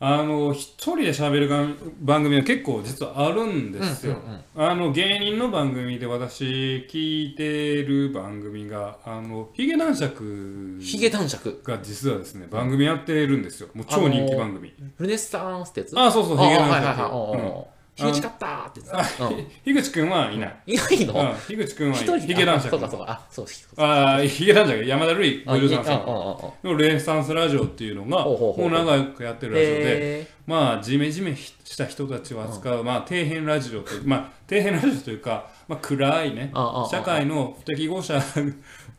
[SPEAKER 1] あの一人で喋るがん番組は結構実はあるんですよ、
[SPEAKER 2] うんうん
[SPEAKER 1] あの芸人の番組で私聞いてる番組があのヒゲ男爵
[SPEAKER 2] ヒゲ男爵
[SPEAKER 1] が実はですね番組やってるんですよもう超人気番組
[SPEAKER 2] ルネッサンスってやつ
[SPEAKER 1] あそうそうヒゲ男
[SPEAKER 2] はいはい
[SPEAKER 1] 爵
[SPEAKER 2] はい
[SPEAKER 1] うん
[SPEAKER 2] うんうん樋口勝ったーってやつ、うん、
[SPEAKER 1] ひ樋口くんはいない、
[SPEAKER 2] いないの、
[SPEAKER 1] うん、樋口くんは
[SPEAKER 2] 一
[SPEAKER 1] い
[SPEAKER 2] 人
[SPEAKER 1] ないヒゲ男
[SPEAKER 2] あそうかそ
[SPEAKER 1] 爵
[SPEAKER 2] うかあそうそうそう
[SPEAKER 1] ああヒゲ男爵山田るい
[SPEAKER 2] あいい
[SPEAKER 1] 53
[SPEAKER 2] うんう
[SPEAKER 1] 歳
[SPEAKER 2] んうんう
[SPEAKER 1] の
[SPEAKER 2] ん
[SPEAKER 1] レンサンスラジオっていうのが
[SPEAKER 2] ほうほう
[SPEAKER 1] も
[SPEAKER 2] ほう
[SPEAKER 1] う長くやってるラジオで
[SPEAKER 2] へ
[SPEAKER 1] まあジメジメした人たちを扱う、まあ底辺ラジオというまあ底辺ラジオというか、まあ、暗いね
[SPEAKER 2] ああああ
[SPEAKER 1] 社会の不適合者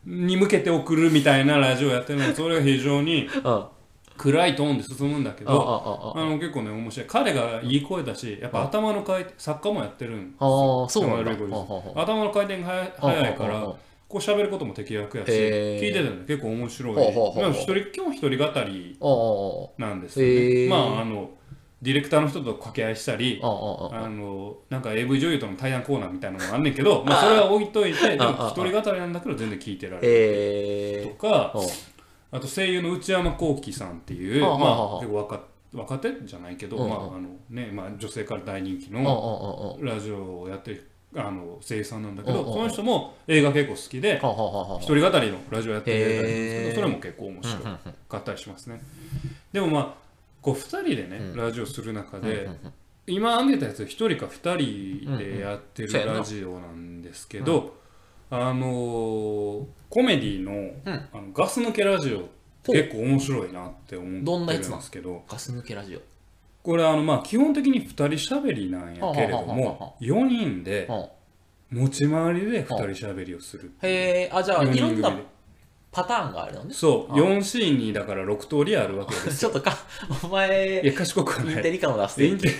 [SPEAKER 1] に向けて送るみたいなラジオやってるのでそれが非常に
[SPEAKER 2] ーうんあ
[SPEAKER 1] 暗いトーンで進むんだけ
[SPEAKER 2] ああ
[SPEAKER 1] ど
[SPEAKER 2] ああ
[SPEAKER 1] あの結構ね面白い彼がいい声だしやっぱ頭の回転作家もやってるん
[SPEAKER 2] ああそうなんだ
[SPEAKER 1] 悪い声です
[SPEAKER 2] はあはあは
[SPEAKER 1] 頭の回転がは早いか
[SPEAKER 2] あああ
[SPEAKER 1] ら
[SPEAKER 2] あ
[SPEAKER 1] こう喋ることも適役やし
[SPEAKER 2] へえ
[SPEAKER 1] 聞いてたらね結構面白い
[SPEAKER 2] ほうほうほう
[SPEAKER 1] まあ一人基本一人語り
[SPEAKER 2] ああ
[SPEAKER 1] なんですよね、
[SPEAKER 2] へえ
[SPEAKER 1] まああのディレクターの人と掛け合いしたり
[SPEAKER 2] ああああああ
[SPEAKER 1] あのなんか AV 女優との対談コーナーみたいなのもあんねんけどまあそれは置いとい てでも一人語りなんだけど全然聞いてられる
[SPEAKER 2] え
[SPEAKER 1] と
[SPEAKER 2] ー
[SPEAKER 1] か
[SPEAKER 2] うん
[SPEAKER 1] あと声優の内山聖輝さんっていう
[SPEAKER 2] あ
[SPEAKER 1] ま
[SPEAKER 2] ああああ
[SPEAKER 1] あ結構若若手じゃないけど
[SPEAKER 2] うんうん
[SPEAKER 1] まああのねまあ女性から大人気
[SPEAKER 2] うんうん
[SPEAKER 1] の
[SPEAKER 2] うんうん
[SPEAKER 1] ラジオをやってるあの声優さんなんだけど
[SPEAKER 2] うんうんうん
[SPEAKER 1] この人も映画結構好きで
[SPEAKER 2] はあはあはあはあ
[SPEAKER 1] 一人語りのラジオやってるみたいなんですけ
[SPEAKER 2] へー
[SPEAKER 1] どそれも結構面白かったりしますねでもまあこう2人でねラジオする中で今挙げたやつ1人か2人でやって
[SPEAKER 2] うんうん
[SPEAKER 1] るラジオなんですけどあのーコメディの
[SPEAKER 2] ん
[SPEAKER 1] あのガス抜けラジオ
[SPEAKER 2] ほう
[SPEAKER 1] 結構面白いなって思って
[SPEAKER 2] どんなやつ
[SPEAKER 1] る
[SPEAKER 2] な
[SPEAKER 1] ん
[SPEAKER 2] ん
[SPEAKER 1] ですけど
[SPEAKER 2] ガス抜けラジオ
[SPEAKER 1] これあのまあ基本的に2人しゃべりなんやけれど
[SPEAKER 2] はあはあはあは
[SPEAKER 1] も4人で
[SPEAKER 2] うん
[SPEAKER 1] 持ち回りで2人しゃべりをする
[SPEAKER 2] へえあじゃあ
[SPEAKER 1] 四
[SPEAKER 2] い
[SPEAKER 1] 人
[SPEAKER 2] ろん
[SPEAKER 1] 組
[SPEAKER 2] な
[SPEAKER 1] で
[SPEAKER 2] パターンがあるのね
[SPEAKER 1] そう
[SPEAKER 2] あ
[SPEAKER 1] 4シーンにだから6通りあるわけです
[SPEAKER 2] ちょっとか、お
[SPEAKER 1] い
[SPEAKER 2] 前、
[SPEAKER 1] や賢くは
[SPEAKER 2] イ
[SPEAKER 1] な
[SPEAKER 2] ンテ
[SPEAKER 1] い
[SPEAKER 2] リ感を出す
[SPEAKER 1] インテリ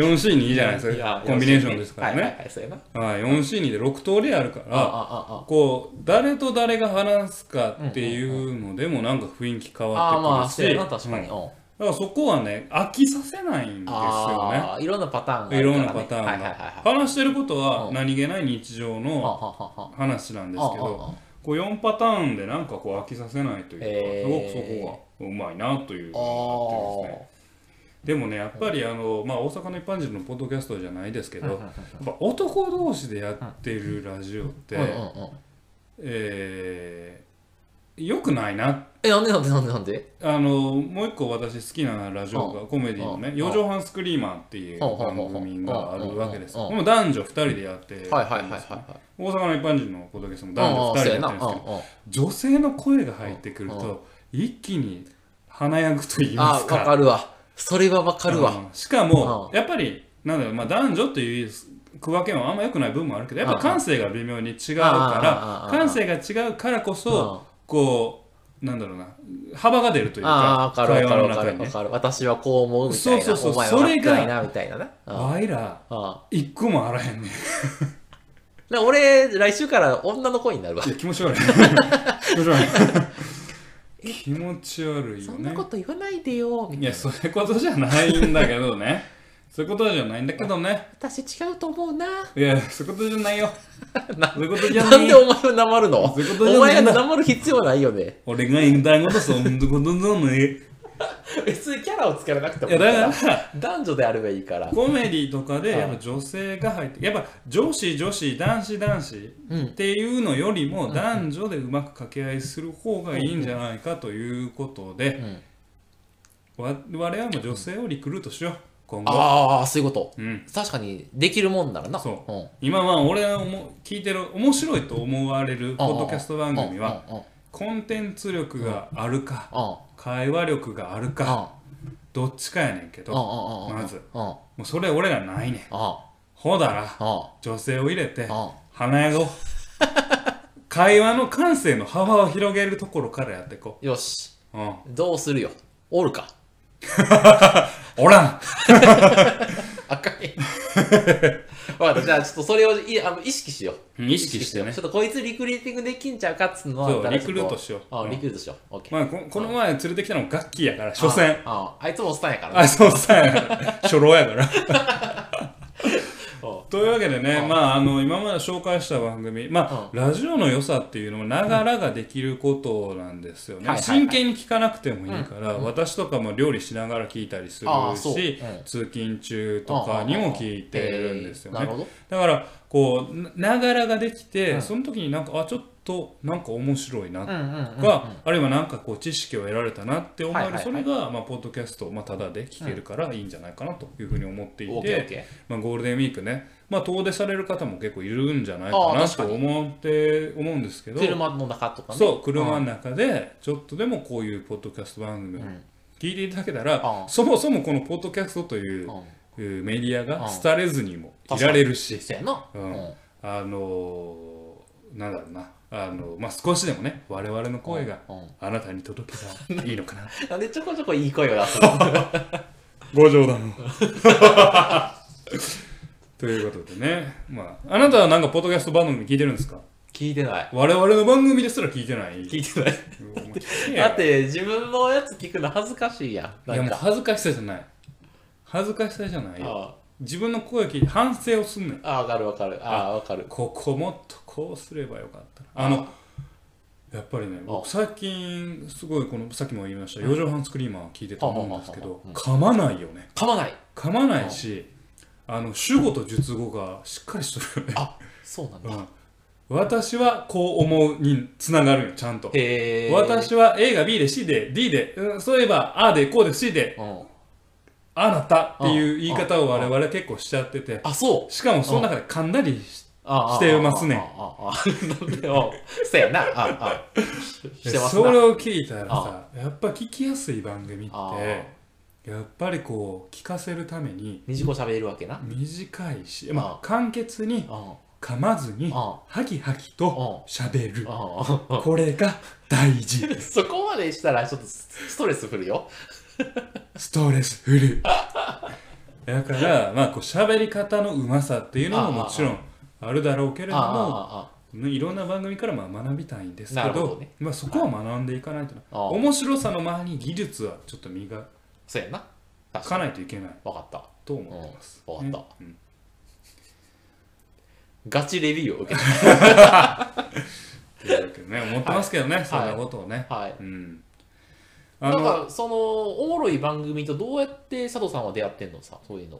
[SPEAKER 1] 4 c にいいじゃないです
[SPEAKER 2] いや
[SPEAKER 1] かコンビネーションですから
[SPEAKER 2] はい
[SPEAKER 1] ね
[SPEAKER 2] はいはい、そうやな。
[SPEAKER 1] はい 4C2 で6通りあるか
[SPEAKER 2] ああ
[SPEAKER 1] らこう誰と誰が話すかっていうのでもなんか雰囲気変
[SPEAKER 2] ああああ、ああま
[SPEAKER 1] わ
[SPEAKER 2] あ、
[SPEAKER 1] って
[SPEAKER 2] そ
[SPEAKER 1] く
[SPEAKER 2] う
[SPEAKER 1] るし
[SPEAKER 2] やな、確かに。
[SPEAKER 1] うん
[SPEAKER 2] うん
[SPEAKER 1] だからそこはね飽きさせないんですよね
[SPEAKER 2] ああ、いろんなパターンがあ
[SPEAKER 1] い
[SPEAKER 2] る
[SPEAKER 1] ろ
[SPEAKER 2] か
[SPEAKER 1] ん
[SPEAKER 2] ら、
[SPEAKER 1] な
[SPEAKER 2] ね。
[SPEAKER 1] パタ
[SPEAKER 2] は
[SPEAKER 1] ー
[SPEAKER 2] い
[SPEAKER 1] ン
[SPEAKER 2] はい
[SPEAKER 1] が
[SPEAKER 2] はいはい。
[SPEAKER 1] 話してること
[SPEAKER 2] う
[SPEAKER 1] は
[SPEAKER 2] ん
[SPEAKER 1] 何気ない日常
[SPEAKER 2] はあ
[SPEAKER 1] の
[SPEAKER 2] はあはあ
[SPEAKER 1] 話なんですけ
[SPEAKER 2] あああ
[SPEAKER 1] ど
[SPEAKER 2] あ
[SPEAKER 1] こう4パターンでなんかこう飽きさせないというか
[SPEAKER 2] へ
[SPEAKER 1] す
[SPEAKER 2] ー
[SPEAKER 1] ごくそこがうまいなというのがあってですね
[SPEAKER 2] あ
[SPEAKER 1] でもねやっぱりあの、まあ、大阪の一般人のポッドキャストじゃないですけど、
[SPEAKER 2] うんうん
[SPEAKER 1] やっぱ男同士でやってるラジオって、
[SPEAKER 2] うんうんうん
[SPEAKER 1] えー、よくないな
[SPEAKER 2] え、なんでなんでなんでなんで
[SPEAKER 1] あのもう一個私好きなラジオがコメディのね「
[SPEAKER 2] うん
[SPEAKER 1] 四畳半スクリーマー」っていう
[SPEAKER 2] うん
[SPEAKER 1] 番組があるわけです
[SPEAKER 2] うん
[SPEAKER 1] よ。もう男女2人でやってるんですよ
[SPEAKER 2] はいはいはいはいはい。
[SPEAKER 1] 大阪の一般人のポッドキャストも
[SPEAKER 2] うん
[SPEAKER 1] 男女
[SPEAKER 2] うん
[SPEAKER 1] 2人
[SPEAKER 2] そう
[SPEAKER 1] でや
[SPEAKER 2] や
[SPEAKER 1] って
[SPEAKER 2] な。
[SPEAKER 1] るですけど
[SPEAKER 2] うんんうん
[SPEAKER 1] 女性の声が入ってくる
[SPEAKER 2] うんう
[SPEAKER 1] と一気に華やぐと言いま
[SPEAKER 2] あ
[SPEAKER 1] す
[SPEAKER 2] ー、わかるわ。それはわかるわ。
[SPEAKER 1] うんしかも、やっぱりなんだろう、まあ、男女という区分けもあんま良くない部分もあるけどやっぱ感性が微妙に違う
[SPEAKER 2] あ
[SPEAKER 1] か
[SPEAKER 2] あ
[SPEAKER 1] ら感性が違うからこ
[SPEAKER 2] うん
[SPEAKER 1] そこうなんだろうな幅が出るという
[SPEAKER 2] ああ、
[SPEAKER 1] か
[SPEAKER 2] わかるわかるわか
[SPEAKER 1] 中
[SPEAKER 2] る
[SPEAKER 1] に
[SPEAKER 2] わ
[SPEAKER 1] ね
[SPEAKER 2] かる。私はこう思うみたいな。
[SPEAKER 1] そうそうそう
[SPEAKER 2] お前
[SPEAKER 1] それ
[SPEAKER 2] は
[SPEAKER 1] が
[SPEAKER 2] かいなみたいなな。うん
[SPEAKER 1] わいら
[SPEAKER 2] あ
[SPEAKER 1] 一個もあらへんねんい
[SPEAKER 2] あ俺、来週から女の声になるわ。
[SPEAKER 1] や気持ち悪い 気持ち悪い気持ち悪い
[SPEAKER 2] そ
[SPEAKER 1] よ
[SPEAKER 2] んな
[SPEAKER 1] ね
[SPEAKER 2] こと言わないでよ、み
[SPEAKER 1] い
[SPEAKER 2] たい
[SPEAKER 1] や
[SPEAKER 2] な。
[SPEAKER 1] そういうことじゃないんだけど ねそういうことじゃないんだけどね
[SPEAKER 2] 私違うと思うな。
[SPEAKER 1] いやそういうことじゃないよ
[SPEAKER 2] な
[SPEAKER 1] そういうことじゃ
[SPEAKER 2] な
[SPEAKER 1] なんい
[SPEAKER 2] でお前はなまるの
[SPEAKER 1] そういうことじゃない
[SPEAKER 2] お前がなまる必要ないよね。
[SPEAKER 1] 俺が言いたいことそんなことじゃない
[SPEAKER 2] 別にキャラをつけらなくても
[SPEAKER 1] いや
[SPEAKER 2] いいから
[SPEAKER 1] だから
[SPEAKER 2] 男女であればいいから。
[SPEAKER 1] コメディとかで
[SPEAKER 2] はい
[SPEAKER 1] やっぱ女性が入ってやっぱ女子女子男子男子
[SPEAKER 2] うん
[SPEAKER 1] っていうのよりも男女でうまく掛け合いする方がいいんじゃないかということで
[SPEAKER 2] うん
[SPEAKER 1] わ我々も女性をリクルートしよう今後
[SPEAKER 2] ああ、そういうこと。
[SPEAKER 1] うん
[SPEAKER 2] 確かに、できるもんならな。
[SPEAKER 1] そう
[SPEAKER 2] うん
[SPEAKER 1] 今は俺は思う聞いてる面白いと思われるポッドキャスト番組は
[SPEAKER 2] うんうんうん
[SPEAKER 1] コンテンツ力があるか
[SPEAKER 2] うん
[SPEAKER 1] 会話力があるかどっちかやねんけども
[SPEAKER 2] うんうんうんうん
[SPEAKER 1] まず
[SPEAKER 2] うんうん
[SPEAKER 1] うそれ俺らないねん
[SPEAKER 2] う
[SPEAKER 1] ほだら
[SPEAKER 2] ん
[SPEAKER 1] 女性を入れて
[SPEAKER 2] うん
[SPEAKER 1] 華や ご会話の感性の幅を広げるところからやっていこ
[SPEAKER 2] よし、
[SPEAKER 1] う、うん、
[SPEAKER 2] どうするよ。おるか。
[SPEAKER 1] おらん
[SPEAKER 2] あ かんやんわかった、じゃあちょっとそれをいあの意識しよう。
[SPEAKER 1] 意識してね
[SPEAKER 2] ちょっとこいつリクルーティングできんちゃうかっつうのは
[SPEAKER 1] そう
[SPEAKER 2] だからちょっと
[SPEAKER 1] リクルートしよう
[SPEAKER 2] あ
[SPEAKER 1] うん
[SPEAKER 2] リクルートしよう。オッケー。
[SPEAKER 1] まあここの前連れてきたのもガッキーやから所詮
[SPEAKER 2] あああいつもおっさんやから
[SPEAKER 1] あ
[SPEAKER 2] ね。
[SPEAKER 1] そうさやから初老やから
[SPEAKER 2] おう
[SPEAKER 1] というわけでね
[SPEAKER 2] うん
[SPEAKER 1] まああの今まで紹介した番組まあラジオの良さっていうのもながらができることなんですよ
[SPEAKER 2] うんはい
[SPEAKER 1] ね
[SPEAKER 2] はいはい
[SPEAKER 1] 真剣に聞かなくてもいいから私とかも料理しながら聞いたりする
[SPEAKER 2] あーそう
[SPEAKER 1] し
[SPEAKER 2] うん
[SPEAKER 1] 通勤中とかにも聞いてるんですよ
[SPEAKER 2] えーな
[SPEAKER 1] ね
[SPEAKER 2] るほど。
[SPEAKER 1] だからこうなながらができて、
[SPEAKER 2] うん
[SPEAKER 1] その時になんかあちょっとなんか面白いなと
[SPEAKER 2] う
[SPEAKER 1] か、
[SPEAKER 2] んうんうん。
[SPEAKER 1] あるいはなんかこう知識を得られたなって思える、
[SPEAKER 2] はいはいはい
[SPEAKER 1] それが、まあ、ポッドキャスト、まあ、ただで聞けるからいいんじゃないかなというふうに思っていて、
[SPEAKER 2] オッケーオッケ
[SPEAKER 1] まあ、ゴールデンウィークね、まあ、遠出される方も結構いるんじゃない
[SPEAKER 2] あ
[SPEAKER 1] か
[SPEAKER 2] あ
[SPEAKER 1] な
[SPEAKER 2] 確か
[SPEAKER 1] と
[SPEAKER 2] に
[SPEAKER 1] 思って思うんですけ
[SPEAKER 2] ー。
[SPEAKER 1] ど
[SPEAKER 2] 車の中とかね。
[SPEAKER 1] そう車の中でちょっとでもこういうポッドキャスト番組を
[SPEAKER 2] うん
[SPEAKER 1] 聞いていただけたら、
[SPEAKER 2] ああ。
[SPEAKER 1] そもそもこのポッドキャストといううん
[SPEAKER 2] うん。
[SPEAKER 1] いうメディア
[SPEAKER 2] あ
[SPEAKER 1] が
[SPEAKER 2] あ
[SPEAKER 1] 廃れずにもいられるし。
[SPEAKER 2] そうやな。
[SPEAKER 1] うん
[SPEAKER 2] うん
[SPEAKER 1] あのー、なんだろうな、あのまあ、少しでもね、我々の声が
[SPEAKER 2] うん
[SPEAKER 1] あなたに届けたらいいのかな。
[SPEAKER 2] なんでちょこちょこいい声を出す
[SPEAKER 1] ご冗談を。 ということでね、まあ、あなたはなんかポッドキャスト番組聞いてるんですか
[SPEAKER 2] 聞いてない。
[SPEAKER 1] 我々の番組ですら聞いてない。
[SPEAKER 2] 聞いてない。
[SPEAKER 1] お前聞けよ
[SPEAKER 2] だって自分のやつ聞くの恥ずかしいやん。
[SPEAKER 1] いや
[SPEAKER 2] な
[SPEAKER 1] も
[SPEAKER 2] ん
[SPEAKER 1] う
[SPEAKER 2] か
[SPEAKER 1] 恥ずかしさじゃない。恥ずかしさじゃないよ。
[SPEAKER 2] あ
[SPEAKER 1] 自分の声聞いて反省をすんねん。
[SPEAKER 2] あ、ああわかるわかる。ああ、わかる。
[SPEAKER 1] こ こもっとこうすればよかったなあのやっぱりね僕最近すごいこのさっきも言いました4畳半スクリーマー聞いてたと思うんですけど
[SPEAKER 2] うん
[SPEAKER 1] 噛まないよね
[SPEAKER 2] 噛まない。
[SPEAKER 1] 噛まないしあの主語と述語がしっかりしとるよね、
[SPEAKER 2] あそうなんだ。
[SPEAKER 1] うん、私はこう思うにつながるよちゃんと
[SPEAKER 2] へえ。
[SPEAKER 1] 私は A が B で C で D で、うんそういえば A でこうで C で
[SPEAKER 2] うん。
[SPEAKER 1] あなたっていう言い方を我々結構しちゃってて
[SPEAKER 2] あ、そう。
[SPEAKER 1] しかもその中で噛んだりし
[SPEAKER 2] ああ
[SPEAKER 1] してますね
[SPEAKER 2] ああああ なんでも、そうやな。ああああしてます
[SPEAKER 1] そ
[SPEAKER 2] な。
[SPEAKER 1] れを聞いたらさやっぱ聞きやすい番組っ
[SPEAKER 2] あ
[SPEAKER 1] てやっぱりこう聞かせるために
[SPEAKER 2] 二次語喋れるわけな。
[SPEAKER 1] 短いし、
[SPEAKER 2] あ
[SPEAKER 1] まあ、簡潔に
[SPEAKER 2] うん。
[SPEAKER 1] 噛まずに
[SPEAKER 2] あ
[SPEAKER 1] ハキハキと喋る
[SPEAKER 2] うん。
[SPEAKER 1] これが大事
[SPEAKER 2] そこまでしたらちょっとストレス降るよ。
[SPEAKER 1] ストレスフルだからまあこう喋り方のうまさっていうのももちろんあるだろうけれ
[SPEAKER 2] あ
[SPEAKER 1] ど
[SPEAKER 2] あ
[SPEAKER 1] も
[SPEAKER 2] ああ
[SPEAKER 1] ねいろんな番組からまあ学びたいんですけ
[SPEAKER 2] なる
[SPEAKER 1] ど
[SPEAKER 2] ほどね
[SPEAKER 1] まあ、そこは学んでいかないとな
[SPEAKER 2] ああ
[SPEAKER 1] 面白さの前に技術はちょっと磨
[SPEAKER 2] そうやな。確
[SPEAKER 1] か
[SPEAKER 2] かに。
[SPEAKER 1] ないといけない
[SPEAKER 2] わかった。
[SPEAKER 1] と思ってます。
[SPEAKER 2] うんわかった
[SPEAKER 1] ねうん
[SPEAKER 2] ガチレビューを受け
[SPEAKER 1] と いうわけでね、思ってますけどね、そんなことをね。
[SPEAKER 2] た。はい。
[SPEAKER 1] うんあ
[SPEAKER 2] なん
[SPEAKER 1] の
[SPEAKER 2] かそのおもろい番組とどうやって佐藤さんは出会ってんのさそういうの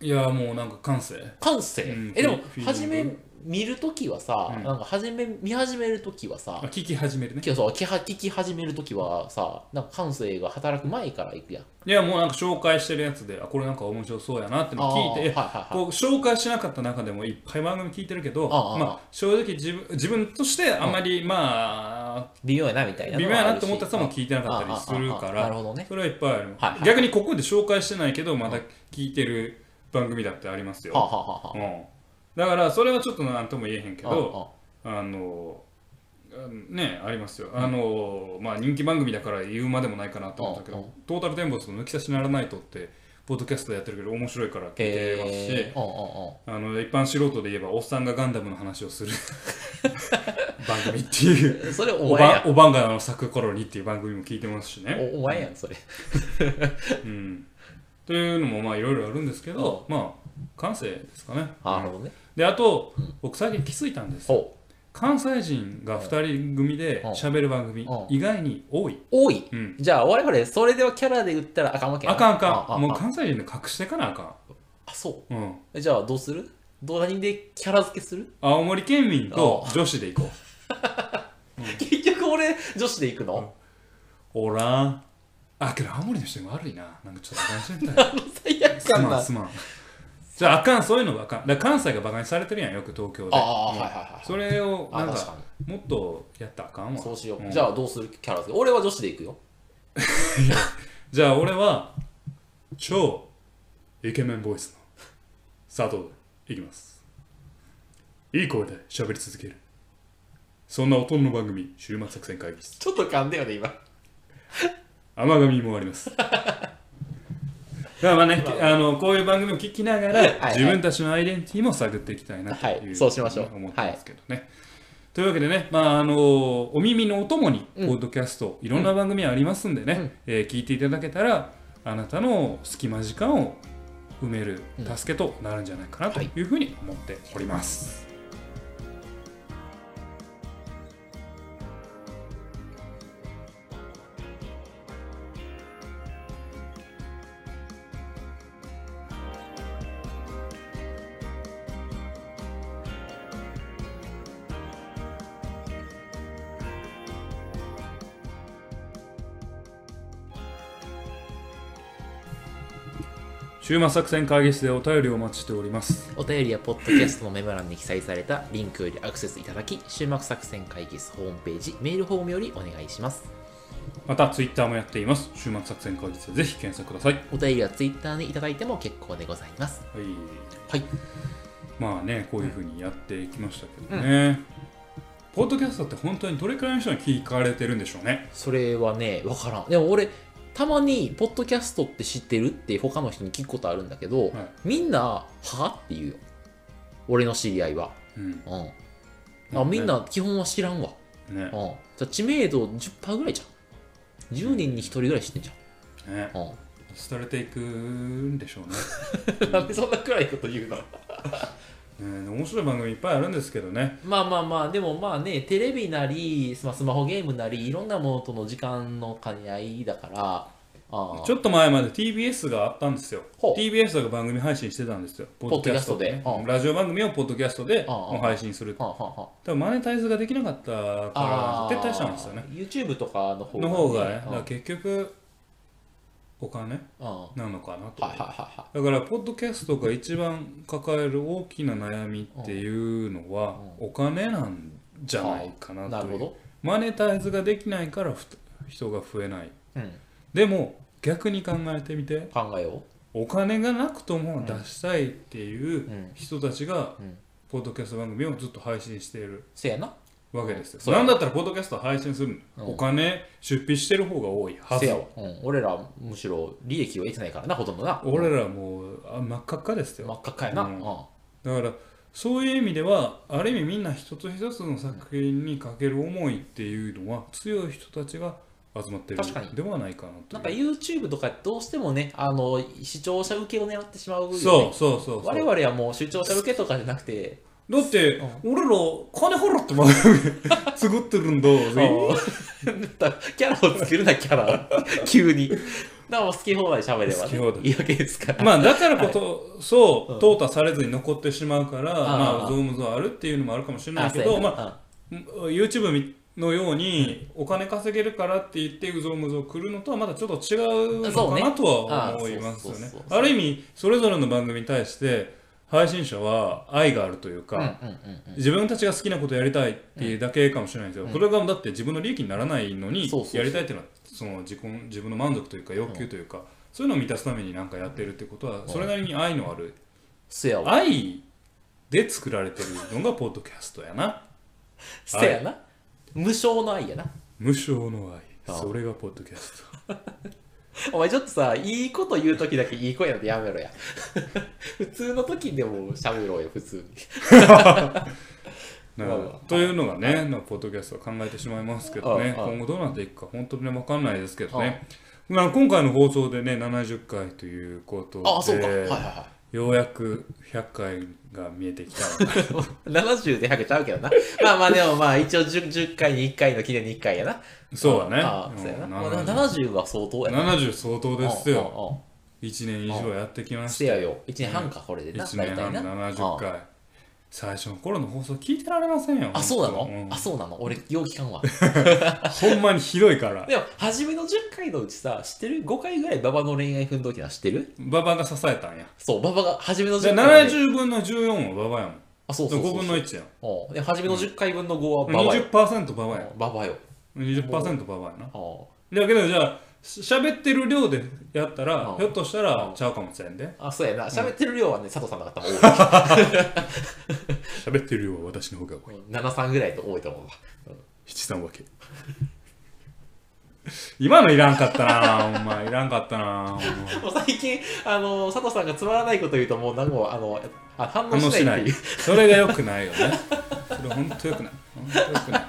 [SPEAKER 1] いやもうなんか感性
[SPEAKER 2] 感性、
[SPEAKER 1] うん
[SPEAKER 2] えでも
[SPEAKER 1] フィフィーリング
[SPEAKER 2] 初め見るときはさ、
[SPEAKER 1] うん
[SPEAKER 2] なんか初め見始めるときはさ
[SPEAKER 1] あ聞き始めるね
[SPEAKER 2] 今日そう聞は聞き始めるときはさなんか感性が働く前から行くやん
[SPEAKER 1] いやもうなんか紹介してるやつであこれなんか面白そうやなってのを聞いて
[SPEAKER 2] あーはいはいはい
[SPEAKER 1] こう紹介しなかった中でもいっぱい番組聞いてるけど
[SPEAKER 2] ああ
[SPEAKER 1] まあ、正直自分自分としてあんまりまあ
[SPEAKER 2] 微妙やなみたいな
[SPEAKER 1] 微妙やなと思ったやつも
[SPEAKER 2] い
[SPEAKER 1] 聞いてなかったりするか
[SPEAKER 2] なる
[SPEAKER 1] ら
[SPEAKER 2] ほどね
[SPEAKER 1] それはいっぱいある、
[SPEAKER 2] はいはい
[SPEAKER 1] 逆にここで紹介してないけどまだ聞いてる番組だってあります
[SPEAKER 2] はあ、
[SPEAKER 1] よ、
[SPEAKER 2] はあはあは
[SPEAKER 1] うん、だからそれはちょっと何とも言えへんけ
[SPEAKER 2] あ、
[SPEAKER 1] どあのあねありますよ、あのまあ人気番組だから言うまでもないかなと思ったけど、
[SPEAKER 2] うんうん
[SPEAKER 1] トータルテンボスの抜き差しならないとってポッドキャストでやってるけど面白いから聞いてますし、
[SPEAKER 2] えー、うんうんうん
[SPEAKER 1] あの一般素人で言えばおっさんがガンダムの話を する番組っていう
[SPEAKER 2] それお
[SPEAKER 1] お
[SPEAKER 2] 前
[SPEAKER 1] ば
[SPEAKER 2] や
[SPEAKER 1] おばんがの咲く頃にっていう番組も聞いてますしね、
[SPEAKER 2] おお前やんそれ
[SPEAKER 1] うん、というのもまあいろいろあるんですけど、まあ感性ですかね、
[SPEAKER 2] なる
[SPEAKER 1] うん
[SPEAKER 2] ほどね
[SPEAKER 1] であと、僕最近気づいたんです
[SPEAKER 2] お
[SPEAKER 1] 関西人が2人組で喋る番組
[SPEAKER 2] うん
[SPEAKER 1] 意外に多い、
[SPEAKER 2] 多い
[SPEAKER 1] うん、
[SPEAKER 2] じゃあ我々それではキャラで売ったらあかんわけや
[SPEAKER 1] あ
[SPEAKER 2] な
[SPEAKER 1] かんあ
[SPEAKER 2] あ
[SPEAKER 1] か
[SPEAKER 2] あ
[SPEAKER 1] んもう
[SPEAKER 2] あ
[SPEAKER 1] 関西人で隠してかなあか
[SPEAKER 2] あそ
[SPEAKER 1] ん、うん、
[SPEAKER 2] うじゃあどうするどう何でキャラ付けする
[SPEAKER 1] 青森県民と女子で行こう
[SPEAKER 2] 結局俺女子で行くの、
[SPEAKER 1] おらんあけど青森の人に悪いななんかちょっと話してみた い
[SPEAKER 2] 最悪
[SPEAKER 1] す
[SPEAKER 2] 感
[SPEAKER 1] ま
[SPEAKER 2] なん
[SPEAKER 1] すまんじゃああかんそういうのがあかんだから関西がバカにされてるやんよく東京で
[SPEAKER 2] ああ、
[SPEAKER 1] うん
[SPEAKER 2] はいはいはい
[SPEAKER 1] それを
[SPEAKER 2] あ
[SPEAKER 1] なん
[SPEAKER 2] 確か
[SPEAKER 1] かもっとやったらあかんわ
[SPEAKER 2] そうしよう、
[SPEAKER 1] ん
[SPEAKER 2] じゃあどうするキャラ付け俺は女子で行くよ
[SPEAKER 1] じゃあ俺は超イケメンボイスの佐藤でいきますいい声で喋り続けるそんな大人の番組週末作戦会議室
[SPEAKER 2] ちょっと噛んだよね今
[SPEAKER 1] 甘噛みもあります だからまあね、あのこういう番組を聞きながら、
[SPEAKER 2] はいはい
[SPEAKER 1] 自分たちのアイデンティティも探っていきたいなという,、
[SPEAKER 2] はいそうしましょう
[SPEAKER 1] 思ってますけどね、というわけでね、まあ、あのお耳のお供にポッドキャスト、いろんな番組ありますんでね、
[SPEAKER 2] うん
[SPEAKER 1] えー聞いていただけたらあなたの隙間時間を埋める
[SPEAKER 2] うん
[SPEAKER 1] 助けとなるんじゃないかなと
[SPEAKER 2] はい
[SPEAKER 1] いうふうに思っております。週末作戦会議室でお便りをお待ちしております。
[SPEAKER 2] お便りやポッドキャストのメモ欄に記載されたリンクよりアクセスいただき終幕作戦会議室ホームページメールフォームよりお願いします
[SPEAKER 1] またツイッターもやっています。週末作戦会議室でぜひ検索ください。
[SPEAKER 2] お便りはツイッターにいただいても結構でございます
[SPEAKER 1] はい
[SPEAKER 2] はい
[SPEAKER 1] まあねこういうふうにやってきましたけどね、ポッドキャストって本当にどれくらいの人に聞かれてるんでしょうね
[SPEAKER 2] それはね分からんでも俺たまにポッドキャストって知ってるって他の人に聞くことあるんだけ
[SPEAKER 1] は
[SPEAKER 2] ど、
[SPEAKER 1] い
[SPEAKER 2] みんなはって言うよ俺の知り合いは
[SPEAKER 1] うん
[SPEAKER 2] うんあみんな基本は知らんわ、
[SPEAKER 1] ね
[SPEAKER 2] うん、じゃあ知名度10%ぐらいじゃん10人に1人ぐらい知ってんじ
[SPEAKER 1] ね
[SPEAKER 2] ゃん、うん
[SPEAKER 1] 廃れていくんでしょうね
[SPEAKER 2] なんでそんな暗いこと言うの
[SPEAKER 1] ね面白い番組いっぱいあるんですけどね
[SPEAKER 2] まあまあまあでもまあねテレビなりスマスマホゲームなりいろんなものとの時間の兼ね合いだからああ
[SPEAKER 1] ちょっと前まで TBS があったんですよ
[SPEAKER 2] ほう
[SPEAKER 1] TBS が番組配信してたんですよポ
[SPEAKER 2] ッドキャスト
[SPEAKER 1] ッ
[SPEAKER 2] で
[SPEAKER 1] ドキャストねラジオ番組をポッドキャストで
[SPEAKER 2] ああああ
[SPEAKER 1] 配信する
[SPEAKER 2] はあはあは
[SPEAKER 1] 多分マネタイズができなかったか
[SPEAKER 2] ああ
[SPEAKER 1] ら撤退したんですよね
[SPEAKER 2] YouTube とかの方
[SPEAKER 1] の方がねだ
[SPEAKER 2] う
[SPEAKER 1] か
[SPEAKER 2] ん
[SPEAKER 1] ら結局お金
[SPEAKER 2] うんは
[SPEAKER 1] なのかなと
[SPEAKER 2] いはいはいは
[SPEAKER 1] だからポッドキャストが一番抱える大きな悩みっていうのはお金なんじゃないかない
[SPEAKER 2] な
[SPEAKER 1] と
[SPEAKER 2] る
[SPEAKER 1] い
[SPEAKER 2] ほ
[SPEAKER 1] う
[SPEAKER 2] ど、
[SPEAKER 1] マネタイズができないからふ人が増えない
[SPEAKER 2] うん、
[SPEAKER 1] でも逆に考えてみて
[SPEAKER 2] 考えよ
[SPEAKER 1] お金がなくとも出したいっていう
[SPEAKER 2] う、うん、
[SPEAKER 1] 人たちが
[SPEAKER 2] うん
[SPEAKER 1] ポッドキャスト番組をずっと配信している
[SPEAKER 2] せやな
[SPEAKER 1] わけですよ、
[SPEAKER 2] そうや
[SPEAKER 1] なんだったらポッドキャスト配信するの、
[SPEAKER 2] うん
[SPEAKER 1] お金出費してる方が多いは
[SPEAKER 2] せ
[SPEAKER 1] ず
[SPEAKER 2] やわ、うん、俺らむしろ利益を得てないからなほとんどな
[SPEAKER 1] 俺らもうあ真っ赤っかですよ
[SPEAKER 2] 真っ赤っかやな、
[SPEAKER 1] う
[SPEAKER 2] うんん
[SPEAKER 1] だからそういう意味ではある意味みんな一つ一つの作品にかける思いっていうのは強い人たちが集まってる
[SPEAKER 2] 確かに
[SPEAKER 1] ではないかなと
[SPEAKER 2] なんか YouTube とかどうしてもねあの視聴者受けを狙ってしまうよ、ね、
[SPEAKER 1] そうそうそうそう
[SPEAKER 2] 我々はもう視聴者受けとかじゃなくて
[SPEAKER 1] だって、俺ら金払って番組 作ってるんだぜ
[SPEAKER 2] あーキャラを作るな、キャラ。 急に。だからもう好き放題喋れば、
[SPEAKER 1] 好き放題
[SPEAKER 2] いいわけですから。
[SPEAKER 1] まあだからこと、そう、
[SPEAKER 2] うん
[SPEAKER 1] 淘汰されずに残ってしまうから
[SPEAKER 2] あー
[SPEAKER 1] まあゾームゾーあるっていうのもあるかもしれないけ
[SPEAKER 2] そう
[SPEAKER 1] ど
[SPEAKER 2] や
[SPEAKER 1] まあ YouTube のようにお金稼げるからって言ってうぞうむぞう来るのとはまだちょっと違うの
[SPEAKER 2] そう
[SPEAKER 1] か
[SPEAKER 2] ね
[SPEAKER 1] なとは思いますよ
[SPEAKER 2] あそうそう
[SPEAKER 1] ね
[SPEAKER 2] そう。そう
[SPEAKER 1] ある意味それぞれの番組に対して配信者は愛があるという
[SPEAKER 2] うんうん
[SPEAKER 1] か、
[SPEAKER 2] うんうんうん
[SPEAKER 1] 自分たちが好きなことやりたいっていうだけかもしれないですよ、
[SPEAKER 2] うん
[SPEAKER 1] それがだって自分の利益にならないのに
[SPEAKER 2] そうそうそう
[SPEAKER 1] やりたいっていうのはその自己自分の満足というか欲求というか、そういうのを満たすために何かやってるってことは
[SPEAKER 2] ん
[SPEAKER 1] それなりに愛のある、
[SPEAKER 2] せやわ。
[SPEAKER 1] 愛で作られてるのがポッドキャストやな。
[SPEAKER 2] せやな。無償の愛やな。
[SPEAKER 1] 無償の愛
[SPEAKER 2] あ
[SPEAKER 1] それがポッドキャスト
[SPEAKER 2] お前ちょっとさ、いいこと言うときだけいい声なんてやめろや。 普通のときでも喋ろうよ、普通に。
[SPEAKER 1] なるほど
[SPEAKER 2] まあまあ
[SPEAKER 1] というのがね、まあポッドキャストは考えてしまいますけどね
[SPEAKER 2] ああ
[SPEAKER 1] 今後どうなっていくか本当にね分かんないですけどねまあ今回の放送でね70回ということで
[SPEAKER 2] あ、そうか。はいはいは
[SPEAKER 1] ようやく100回が見えてきたの か
[SPEAKER 2] い。70で100ちゃうけどな。まあまあでもまあ一応 10, 10回に1回の記念に1回やな。
[SPEAKER 1] そうだね
[SPEAKER 2] ああ、そうやな。
[SPEAKER 1] うん
[SPEAKER 2] まあ、
[SPEAKER 1] 70
[SPEAKER 2] 70は相当やな。
[SPEAKER 1] 70相当ですよ
[SPEAKER 2] よ。
[SPEAKER 1] 1年以上やってきま
[SPEAKER 2] せ
[SPEAKER 1] した
[SPEAKER 2] やよ。1年半か、これでな。
[SPEAKER 1] 1年半
[SPEAKER 2] 大体な
[SPEAKER 1] 70
[SPEAKER 2] あ
[SPEAKER 1] 回最初の頃の放送聞いてられませんよ
[SPEAKER 2] あ、そうなの、
[SPEAKER 1] 本
[SPEAKER 2] あ、そうなの俺、よう聞かんわ。
[SPEAKER 1] 当ほんまにひどいから
[SPEAKER 2] でも、初めの10回のうちさ、知ってる ?5 回ぐらい馬場の恋愛奮闘記なの知ってる
[SPEAKER 1] 馬場が支えたんや
[SPEAKER 2] そう、馬場が初めの
[SPEAKER 1] で
[SPEAKER 2] 10回まで。
[SPEAKER 1] 70分の14は馬場やもん。
[SPEAKER 2] あ、そうそうそう
[SPEAKER 1] 5分の1やん。
[SPEAKER 2] おで初めの10回分の5は馬場よ。
[SPEAKER 1] 20%馬場やん。
[SPEAKER 2] 馬場よ。
[SPEAKER 1] 20%馬場やな。
[SPEAKER 2] お
[SPEAKER 1] だけどじゃあ、し喋ってる量でやった
[SPEAKER 2] う
[SPEAKER 1] ら
[SPEAKER 2] ん、
[SPEAKER 1] ひょっとしたらちゃうかもしれんで。
[SPEAKER 2] あ、そうやな。喋ってる量はね、佐藤さんの方が多い。
[SPEAKER 1] 喋ってる量は私の方が多い。
[SPEAKER 2] うん73ぐらいと多いと思うわ。
[SPEAKER 1] 七三分け。今のいらんかった な、お前。いらんかったな、ほんま
[SPEAKER 2] もう最近、あの、佐藤さんがつまらないこと言うと、もう、なんかもう、あの、あ反応
[SPEAKER 1] 反応
[SPEAKER 2] し
[SPEAKER 1] し
[SPEAKER 2] な
[SPEAKER 1] ない
[SPEAKER 2] っ
[SPEAKER 1] い
[SPEAKER 2] ていう。。
[SPEAKER 1] それが良くないよね。それ本当良くない。本当良くないね。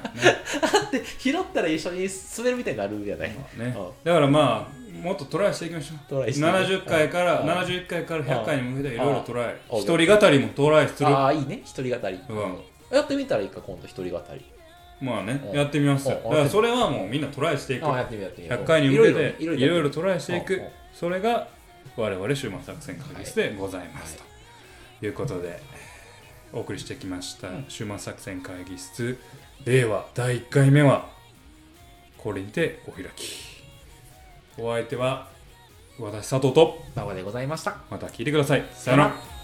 [SPEAKER 2] で、拾ったら一緒に滑るみたいになるじゃない。
[SPEAKER 1] まあね
[SPEAKER 2] うん。
[SPEAKER 1] だからまあ、もっとトライしていきましょう。
[SPEAKER 2] トライして。
[SPEAKER 1] 70回か
[SPEAKER 2] う
[SPEAKER 1] ら
[SPEAKER 2] ん
[SPEAKER 1] 71回から100回に向けていろいろトライ
[SPEAKER 2] うん
[SPEAKER 1] 一人語りもトライする
[SPEAKER 2] ああ、いいね。一人語り。
[SPEAKER 1] うん
[SPEAKER 2] やってみたらいいか、今度一人語り。
[SPEAKER 1] まあね
[SPEAKER 2] うん
[SPEAKER 1] やってみますよ
[SPEAKER 2] う
[SPEAKER 1] だ
[SPEAKER 2] ん
[SPEAKER 1] からそれはもうみんなトライしていく
[SPEAKER 2] ああ、やってみよう、やってみよう。
[SPEAKER 1] 100回に向けて
[SPEAKER 2] いろいろね
[SPEAKER 1] いろいろトライしてい
[SPEAKER 2] うん
[SPEAKER 1] く
[SPEAKER 2] うん
[SPEAKER 1] それが我々終末作戦会議室でございますということでお送りしてきました終末作戦会議室令和第1回目はこれにてお開きお相手は私佐藤と
[SPEAKER 2] 馬場でございました。
[SPEAKER 1] また聞いてくださいさよなら